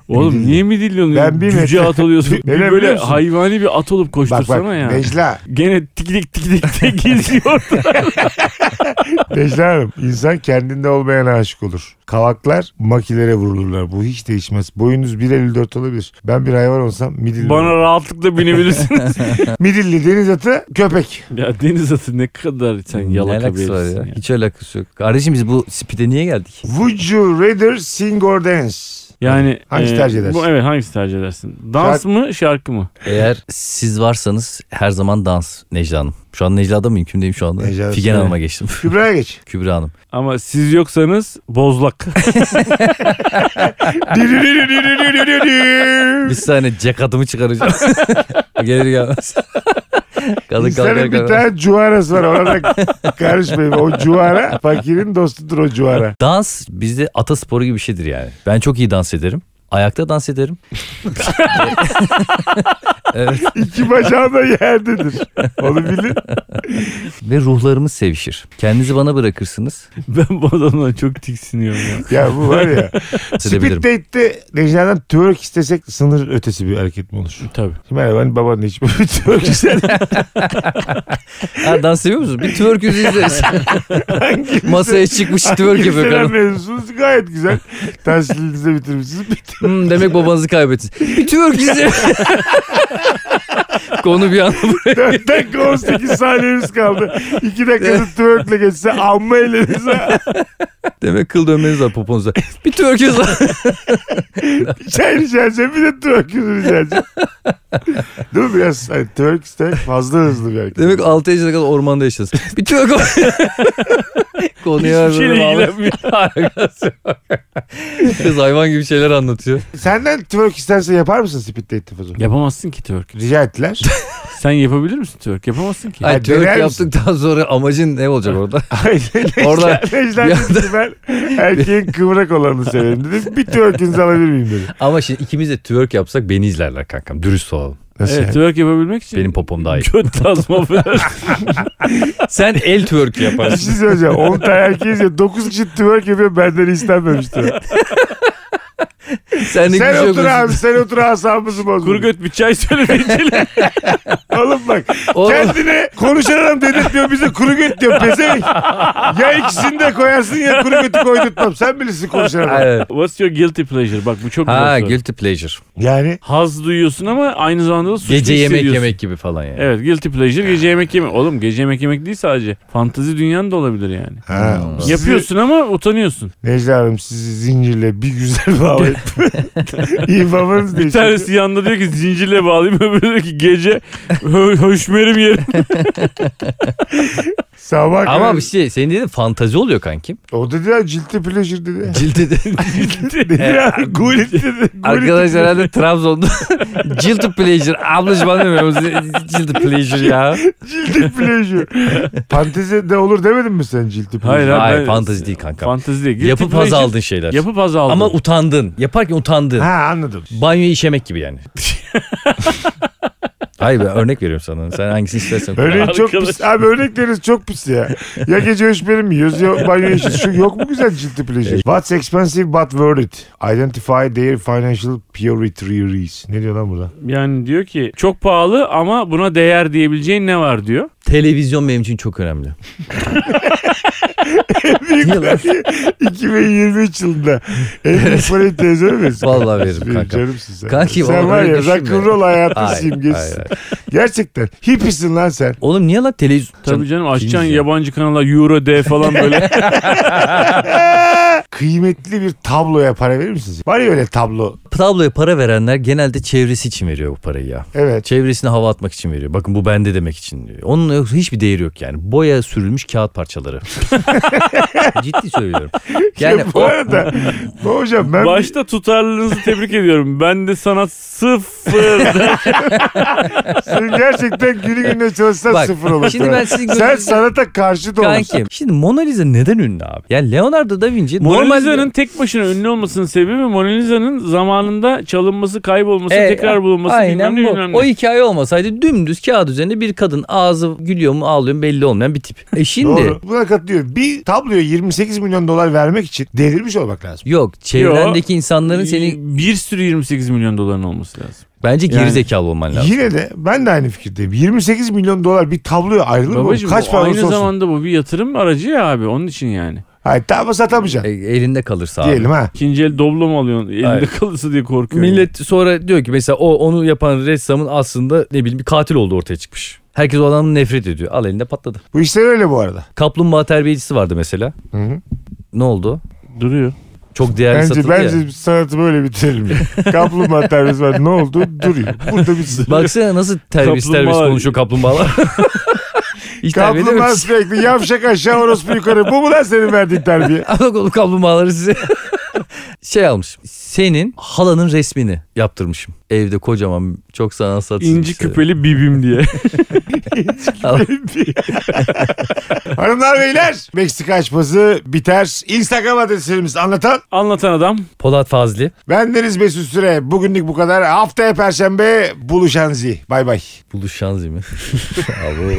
[SPEAKER 3] Oğlum niye mi dilliyorsun?
[SPEAKER 2] Ben bir
[SPEAKER 3] Cüce
[SPEAKER 2] metre-
[SPEAKER 3] at alıyorsun.
[SPEAKER 2] Ne
[SPEAKER 3] Bir
[SPEAKER 2] biliyor
[SPEAKER 3] böyle
[SPEAKER 2] musun?
[SPEAKER 3] hayvani bir at olup
[SPEAKER 2] bak
[SPEAKER 3] koştursana
[SPEAKER 2] bak
[SPEAKER 3] ya.
[SPEAKER 2] Necla
[SPEAKER 3] Gene tik tik tik tik de geziyor.
[SPEAKER 2] Necla Hanım insan kendinde olmayana aşık olur. Kavaklar makilere vurulurlar. Bu hiç değişmez. Boyunuz 1.54 olabilir. Ben bir hayvan olsam midilli.
[SPEAKER 3] Bana
[SPEAKER 2] olurum.
[SPEAKER 3] rahatlıkla binebilirsin.
[SPEAKER 2] Midilli deniz atı köpek.
[SPEAKER 3] ya deniz atı ne kadar sen
[SPEAKER 4] ne
[SPEAKER 3] yalaka bir
[SPEAKER 4] alakası var
[SPEAKER 3] herifsin
[SPEAKER 4] ya?
[SPEAKER 3] ya.
[SPEAKER 4] Hiç alakası yok. Kardeşim biz bu spide niye geldik?
[SPEAKER 2] Would you rather sing or dance?
[SPEAKER 3] Yani
[SPEAKER 2] Hangisi
[SPEAKER 3] e,
[SPEAKER 2] tercih edersin?
[SPEAKER 3] Bu, evet hangisi tercih edersin? Dans
[SPEAKER 2] Şark-
[SPEAKER 3] mı şarkı mı?
[SPEAKER 4] Eğer siz varsanız her zaman dans Necla Hanım. Şu an Necla'da mıyım? Kimdeyim şu anda?
[SPEAKER 2] Necla,
[SPEAKER 4] Figen
[SPEAKER 2] evet.
[SPEAKER 4] Hanım'a geçtim.
[SPEAKER 2] Kübra'ya geç.
[SPEAKER 4] Kübra Hanım.
[SPEAKER 3] Ama siz yoksanız bozlak.
[SPEAKER 4] Bir saniye cekatımı çıkaracağım. Gelir gelmez. Kadın kalkar
[SPEAKER 2] İnsanın bir
[SPEAKER 4] kalkar.
[SPEAKER 2] tane cuvarası var. Ona da karışmayın. O cuvara fakirin dostudur o cuvara.
[SPEAKER 4] Dans bizde atasporu gibi bir şeydir yani. Ben çok iyi dans ederim. Ayakta dans ederim. evet.
[SPEAKER 2] İki bacağı da yerdedir. Onu bilin.
[SPEAKER 4] Ve ruhlarımız sevişir. Kendinizi bana bırakırsınız.
[SPEAKER 3] ben bu adamdan çok tiksiniyorum ya.
[SPEAKER 2] Ya bu var ya. Speed
[SPEAKER 4] Edebilirim.
[SPEAKER 2] date'de Necla'dan twerk istesek sınır ötesi bir hareket mi olur?
[SPEAKER 3] Tabii.
[SPEAKER 2] Şimdi hani ben babanın hiç böyle twerk istedi.
[SPEAKER 4] Ha, dans seviyor musun? Bir twerk yüzü izleriz. Masaya çıkmış twerk
[SPEAKER 2] Hangi
[SPEAKER 4] yapıyor
[SPEAKER 2] sene
[SPEAKER 4] kadın.
[SPEAKER 2] mezunsunuz? Gayet güzel. Tahsilinizi bitirmişsiniz. Bitti.
[SPEAKER 4] Hmm, demek babanızı kaybettiniz. Bir twerk izle. Konu bir anda buraya.
[SPEAKER 2] 4 dakika 18 saniyemiz kaldı. 2 dakikada twerkle geçse amma elinize.
[SPEAKER 4] Demek kıl dönmeniz var poponuzda. Bir twerk izle.
[SPEAKER 2] Çay rica edeceğim bir de twerk yüzü rica edeceğim. Değil mi biraz hani twerk istemek fazla hızlı bir hareket.
[SPEAKER 4] Demek 6 yaşına kadar ormanda yaşadınız. Bir twerk Konuya
[SPEAKER 3] Hiçbir şeyle
[SPEAKER 4] böyle bağlı.
[SPEAKER 3] ilgilenmiyor.
[SPEAKER 4] Alakası yok. Kız hayvan gibi şeyler anlatıyor.
[SPEAKER 2] Senden twerk isterse yapar mısın speed date tifozu?
[SPEAKER 3] Yapamazsın ki twerk.
[SPEAKER 2] Rica ettiler.
[SPEAKER 3] Sen yapabilir misin twerk? Yapamazsın ki.
[SPEAKER 4] Ay,
[SPEAKER 2] Ya
[SPEAKER 4] twerk
[SPEAKER 2] döner misin?
[SPEAKER 4] yaptıktan sonra amacın ne olacak orada?
[SPEAKER 2] Orada
[SPEAKER 4] Orada-
[SPEAKER 2] Necla dedi ki ben erkeğin kıvrak olanı severim dedi. Bir twerkinizi alabilir miyim dedi.
[SPEAKER 4] Ama şimdi ikimiz de twerk yapsak beni izlerler kankam. Dürüst olalım.
[SPEAKER 2] Nasıl
[SPEAKER 3] Evet
[SPEAKER 2] yani?
[SPEAKER 3] twerk yapabilmek için.
[SPEAKER 4] Benim popom daha iyi.
[SPEAKER 3] Göt tasma falan.
[SPEAKER 4] Sen el twerk
[SPEAKER 2] Bir
[SPEAKER 4] yaparsın.
[SPEAKER 2] şey söyleyeceğim. 10 tane erkeğiz ya 9 kişi twerk yapıyor benden istenmemişti.
[SPEAKER 4] Sen, şey ne
[SPEAKER 2] sen
[SPEAKER 3] şey
[SPEAKER 4] güzel
[SPEAKER 2] otur abi
[SPEAKER 4] yapıyorsun.
[SPEAKER 2] sen otur asabımızı bozma.
[SPEAKER 3] Kuru göt bir çay söyle bir içelim.
[SPEAKER 2] Oğlum bak
[SPEAKER 4] Oğlum.
[SPEAKER 2] kendine konuşan adam dedirtmiyor bize kuru göt diyor pezevenk. Ya ikisini de koyarsın ya kuru götü koydurtmam. Sen bilirsin konuşan adam.
[SPEAKER 4] Evet.
[SPEAKER 3] What's your guilty pleasure? Bak bu çok
[SPEAKER 4] Ha
[SPEAKER 3] güzel soru.
[SPEAKER 4] guilty pleasure.
[SPEAKER 2] Yani
[SPEAKER 3] Haz duyuyorsun ama aynı zamanda da suçlu
[SPEAKER 4] Gece yemek
[SPEAKER 3] hissediyorsun.
[SPEAKER 4] yemek gibi falan yani.
[SPEAKER 3] Evet guilty pleasure gece yemek yemek. Oğlum gece yemek yemek değil sadece. Fantezi dünyanın da olabilir yani.
[SPEAKER 2] ha, sizi-
[SPEAKER 3] Yapıyorsun ama utanıyorsun.
[SPEAKER 2] Necla Hanım sizi zincirle bir güzel bağlayıp iyi babanız
[SPEAKER 3] Bir
[SPEAKER 2] değişiyor.
[SPEAKER 3] tanesi yanında diyor ki zincirle bağlayayım öbürü diyor ki gece hö- höşmerim yerim.
[SPEAKER 2] Sabah
[SPEAKER 4] Ama
[SPEAKER 2] kadar-
[SPEAKER 4] bir şey senin dediğin fantazi oluyor kankim.
[SPEAKER 2] O dedi ya cilti pleasure dedi.
[SPEAKER 4] Cildi de.
[SPEAKER 2] dedi ya gulit dedi.
[SPEAKER 4] Arkadaş herhalde Trabzon'da guilty pleasure. Ablacım anlamıyorum. Guilty pleasure ya.
[SPEAKER 2] Cilti pleasure. Fantezi de olur demedin mi sen cilti pleasure?
[SPEAKER 3] Hayır,
[SPEAKER 4] Hayır
[SPEAKER 3] ben-
[SPEAKER 4] fantazi değil kanka.
[SPEAKER 3] Fantezi değil. Guilty
[SPEAKER 4] Yapıp haz
[SPEAKER 3] pleasure-
[SPEAKER 4] aldın şeyler.
[SPEAKER 3] Yapıp haz aldın.
[SPEAKER 4] Ama utandın. Yaparken utandın.
[SPEAKER 2] Ha anladım.
[SPEAKER 4] Banyoyu işemek gibi yani. Hayır ben örnek veriyorum sana. Sen hangisini istersen. kullan.
[SPEAKER 2] Örneğin çok
[SPEAKER 3] Arkadaş.
[SPEAKER 2] pis. Abi örnekleriniz çok pis ya. Ya gece öşmeri mi yiyoruz ya banyo işi. Şu yok mu güzel cilti pleasure? What's expensive but worth it? Identify their financial priorities. Ne diyor lan burada?
[SPEAKER 3] Yani diyor ki çok pahalı ama buna değer diyebileceğin ne var diyor.
[SPEAKER 4] Televizyon benim için çok önemli. Niye lan?
[SPEAKER 2] 2023 yılında. En büyük parayı teyze mi versin?
[SPEAKER 4] Vallahi veririm
[SPEAKER 2] Benim
[SPEAKER 4] kanka.
[SPEAKER 2] Canımsın sen.
[SPEAKER 4] Kanki,
[SPEAKER 2] sen
[SPEAKER 4] oğlum
[SPEAKER 2] var
[SPEAKER 4] öyle
[SPEAKER 2] ya
[SPEAKER 4] düşünme.
[SPEAKER 2] rock'n'roll hayatı
[SPEAKER 4] Hayır, hayır,
[SPEAKER 2] simgesisin.
[SPEAKER 4] hayır.
[SPEAKER 2] Gerçekten. Hippisin lan sen.
[SPEAKER 4] Oğlum niye lan televizyon?
[SPEAKER 3] Tabii canım açacaksın
[SPEAKER 4] Kimyiz ya?
[SPEAKER 3] yabancı kanala Euro D falan böyle.
[SPEAKER 2] Kıymetli bir tabloya para verir misiniz? Var ya öyle tablo.
[SPEAKER 4] Tabloya para verenler genelde çevresi için veriyor bu parayı ya.
[SPEAKER 2] Evet.
[SPEAKER 4] Çevresine hava atmak için veriyor. Bakın bu bende demek için diyor. Onun yok- hiçbir değeri yok yani. Boya sürülmüş kağıt parçaları. Ciddi söylüyorum. Yani
[SPEAKER 2] bu
[SPEAKER 4] o-
[SPEAKER 2] arada bu hocam ben
[SPEAKER 3] Başta tutarlılığınızı tebrik ediyorum. Ben de sanat sıfır.
[SPEAKER 2] senin gerçekten günü gününe çalışsan
[SPEAKER 4] Bak,
[SPEAKER 2] sıfır olur.
[SPEAKER 4] şimdi ben sizin
[SPEAKER 2] Sen
[SPEAKER 4] gözünüzden-
[SPEAKER 2] sanata karşı da olursun.
[SPEAKER 4] Kankim. Şimdi Mona Lisa neden ünlü abi? Yani Leonardo da Vinci
[SPEAKER 3] Mona
[SPEAKER 4] Normalde-
[SPEAKER 3] Lisa'nın tek başına ünlü olmasının sebebi Mona Lisa'nın zamanında çalınması, kaybolması,
[SPEAKER 4] E,
[SPEAKER 3] tekrar bulunması
[SPEAKER 4] aynen
[SPEAKER 3] bilmem ne
[SPEAKER 4] bu.
[SPEAKER 3] bilmem ne.
[SPEAKER 4] O hikaye olmasaydı dümdüz kağıt üzerinde bir kadın ağzı gülüyor mu ağlıyor mu belli olmayan bir tip. E şimdi
[SPEAKER 5] Doğru. Buna katılıyorum. Bir tabloya 28 milyon dolar vermek için delirmiş olmak lazım.
[SPEAKER 4] yok çevrendeki insanların seni
[SPEAKER 3] bir sürü 28 milyon doların olması lazım.
[SPEAKER 4] bence
[SPEAKER 3] Yani-
[SPEAKER 4] gerizekalı olman lazım.
[SPEAKER 5] Yine de ben de aynı fikirdeyim. 28 milyon dolar bir tabloya ayrılır mı?
[SPEAKER 3] Babacım
[SPEAKER 5] Kaç
[SPEAKER 3] bu
[SPEAKER 5] para
[SPEAKER 3] aynı
[SPEAKER 5] olursa olsun.
[SPEAKER 3] zamanda bu bir yatırım aracı ya abi onun için yani.
[SPEAKER 5] Hayır tamam satamayacaksın.
[SPEAKER 4] E, elinde kalırsa abi.
[SPEAKER 5] Diyelim ha.
[SPEAKER 3] İkinci el doblo mu alıyorsun? Elinde
[SPEAKER 4] Hayır.
[SPEAKER 3] kalırsa diye korkuyorum.
[SPEAKER 4] Millet sonra diyor ki mesela o onu yapan ressamın aslında ne bileyim bir katil olduğu ortaya çıkmış. Herkes o adamdan nefret ediyor. Al elinde patladı.
[SPEAKER 5] Bu işler öyle bu arada.
[SPEAKER 4] Kaplumbağa terbiyecisi vardı mesela.
[SPEAKER 5] Hı hı.
[SPEAKER 4] Ne oldu?
[SPEAKER 3] duruyor.
[SPEAKER 4] Çok değerli
[SPEAKER 5] Bence,
[SPEAKER 4] satıldı
[SPEAKER 5] bence
[SPEAKER 4] ya.
[SPEAKER 5] sanatı böyle bitirelim. ya. Kaplumbağa terbiyesi var. Ne oldu? Duruyor. Burada bitsin.
[SPEAKER 4] Baksana nasıl terbiyesiz terbiyesiz
[SPEAKER 3] Kaplumbağa-
[SPEAKER 4] konuşuyor kaplumbağalar. Hiç terbiye
[SPEAKER 5] Kaplumbağa
[SPEAKER 4] edememiş.
[SPEAKER 5] sürekli yavşak aşağı orospu yukarı. Bu mu lan senin verdiğin terbiye?
[SPEAKER 4] Alak oğlum kaplumbağaları size. şey almış. Senin halanın resmini yaptırmışım. Evde kocaman çok sana satılmış.
[SPEAKER 3] İnci küpeli bibim diye.
[SPEAKER 5] Hanımlar beyler Meksika açması biter. Instagram adreslerimiz anlatan.
[SPEAKER 3] Anlatan adam.
[SPEAKER 4] Polat Fazlı.
[SPEAKER 5] Ben Deniz Mesut Süre. Bugünlük bu kadar. Haftaya Perşembe buluşanzi. Bay bay.
[SPEAKER 4] Buluşan mi? Alo.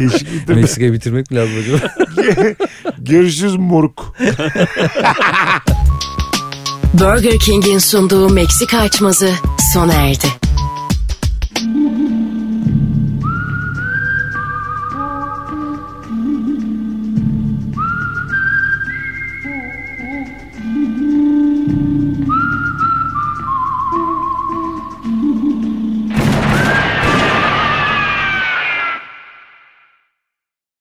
[SPEAKER 5] Değişik bitti.
[SPEAKER 4] Meksika'yı bitirmek mi lazım acaba?
[SPEAKER 5] Görüşürüz moruk.
[SPEAKER 1] Burger King'in sunduğu Meksika açması sona erdi.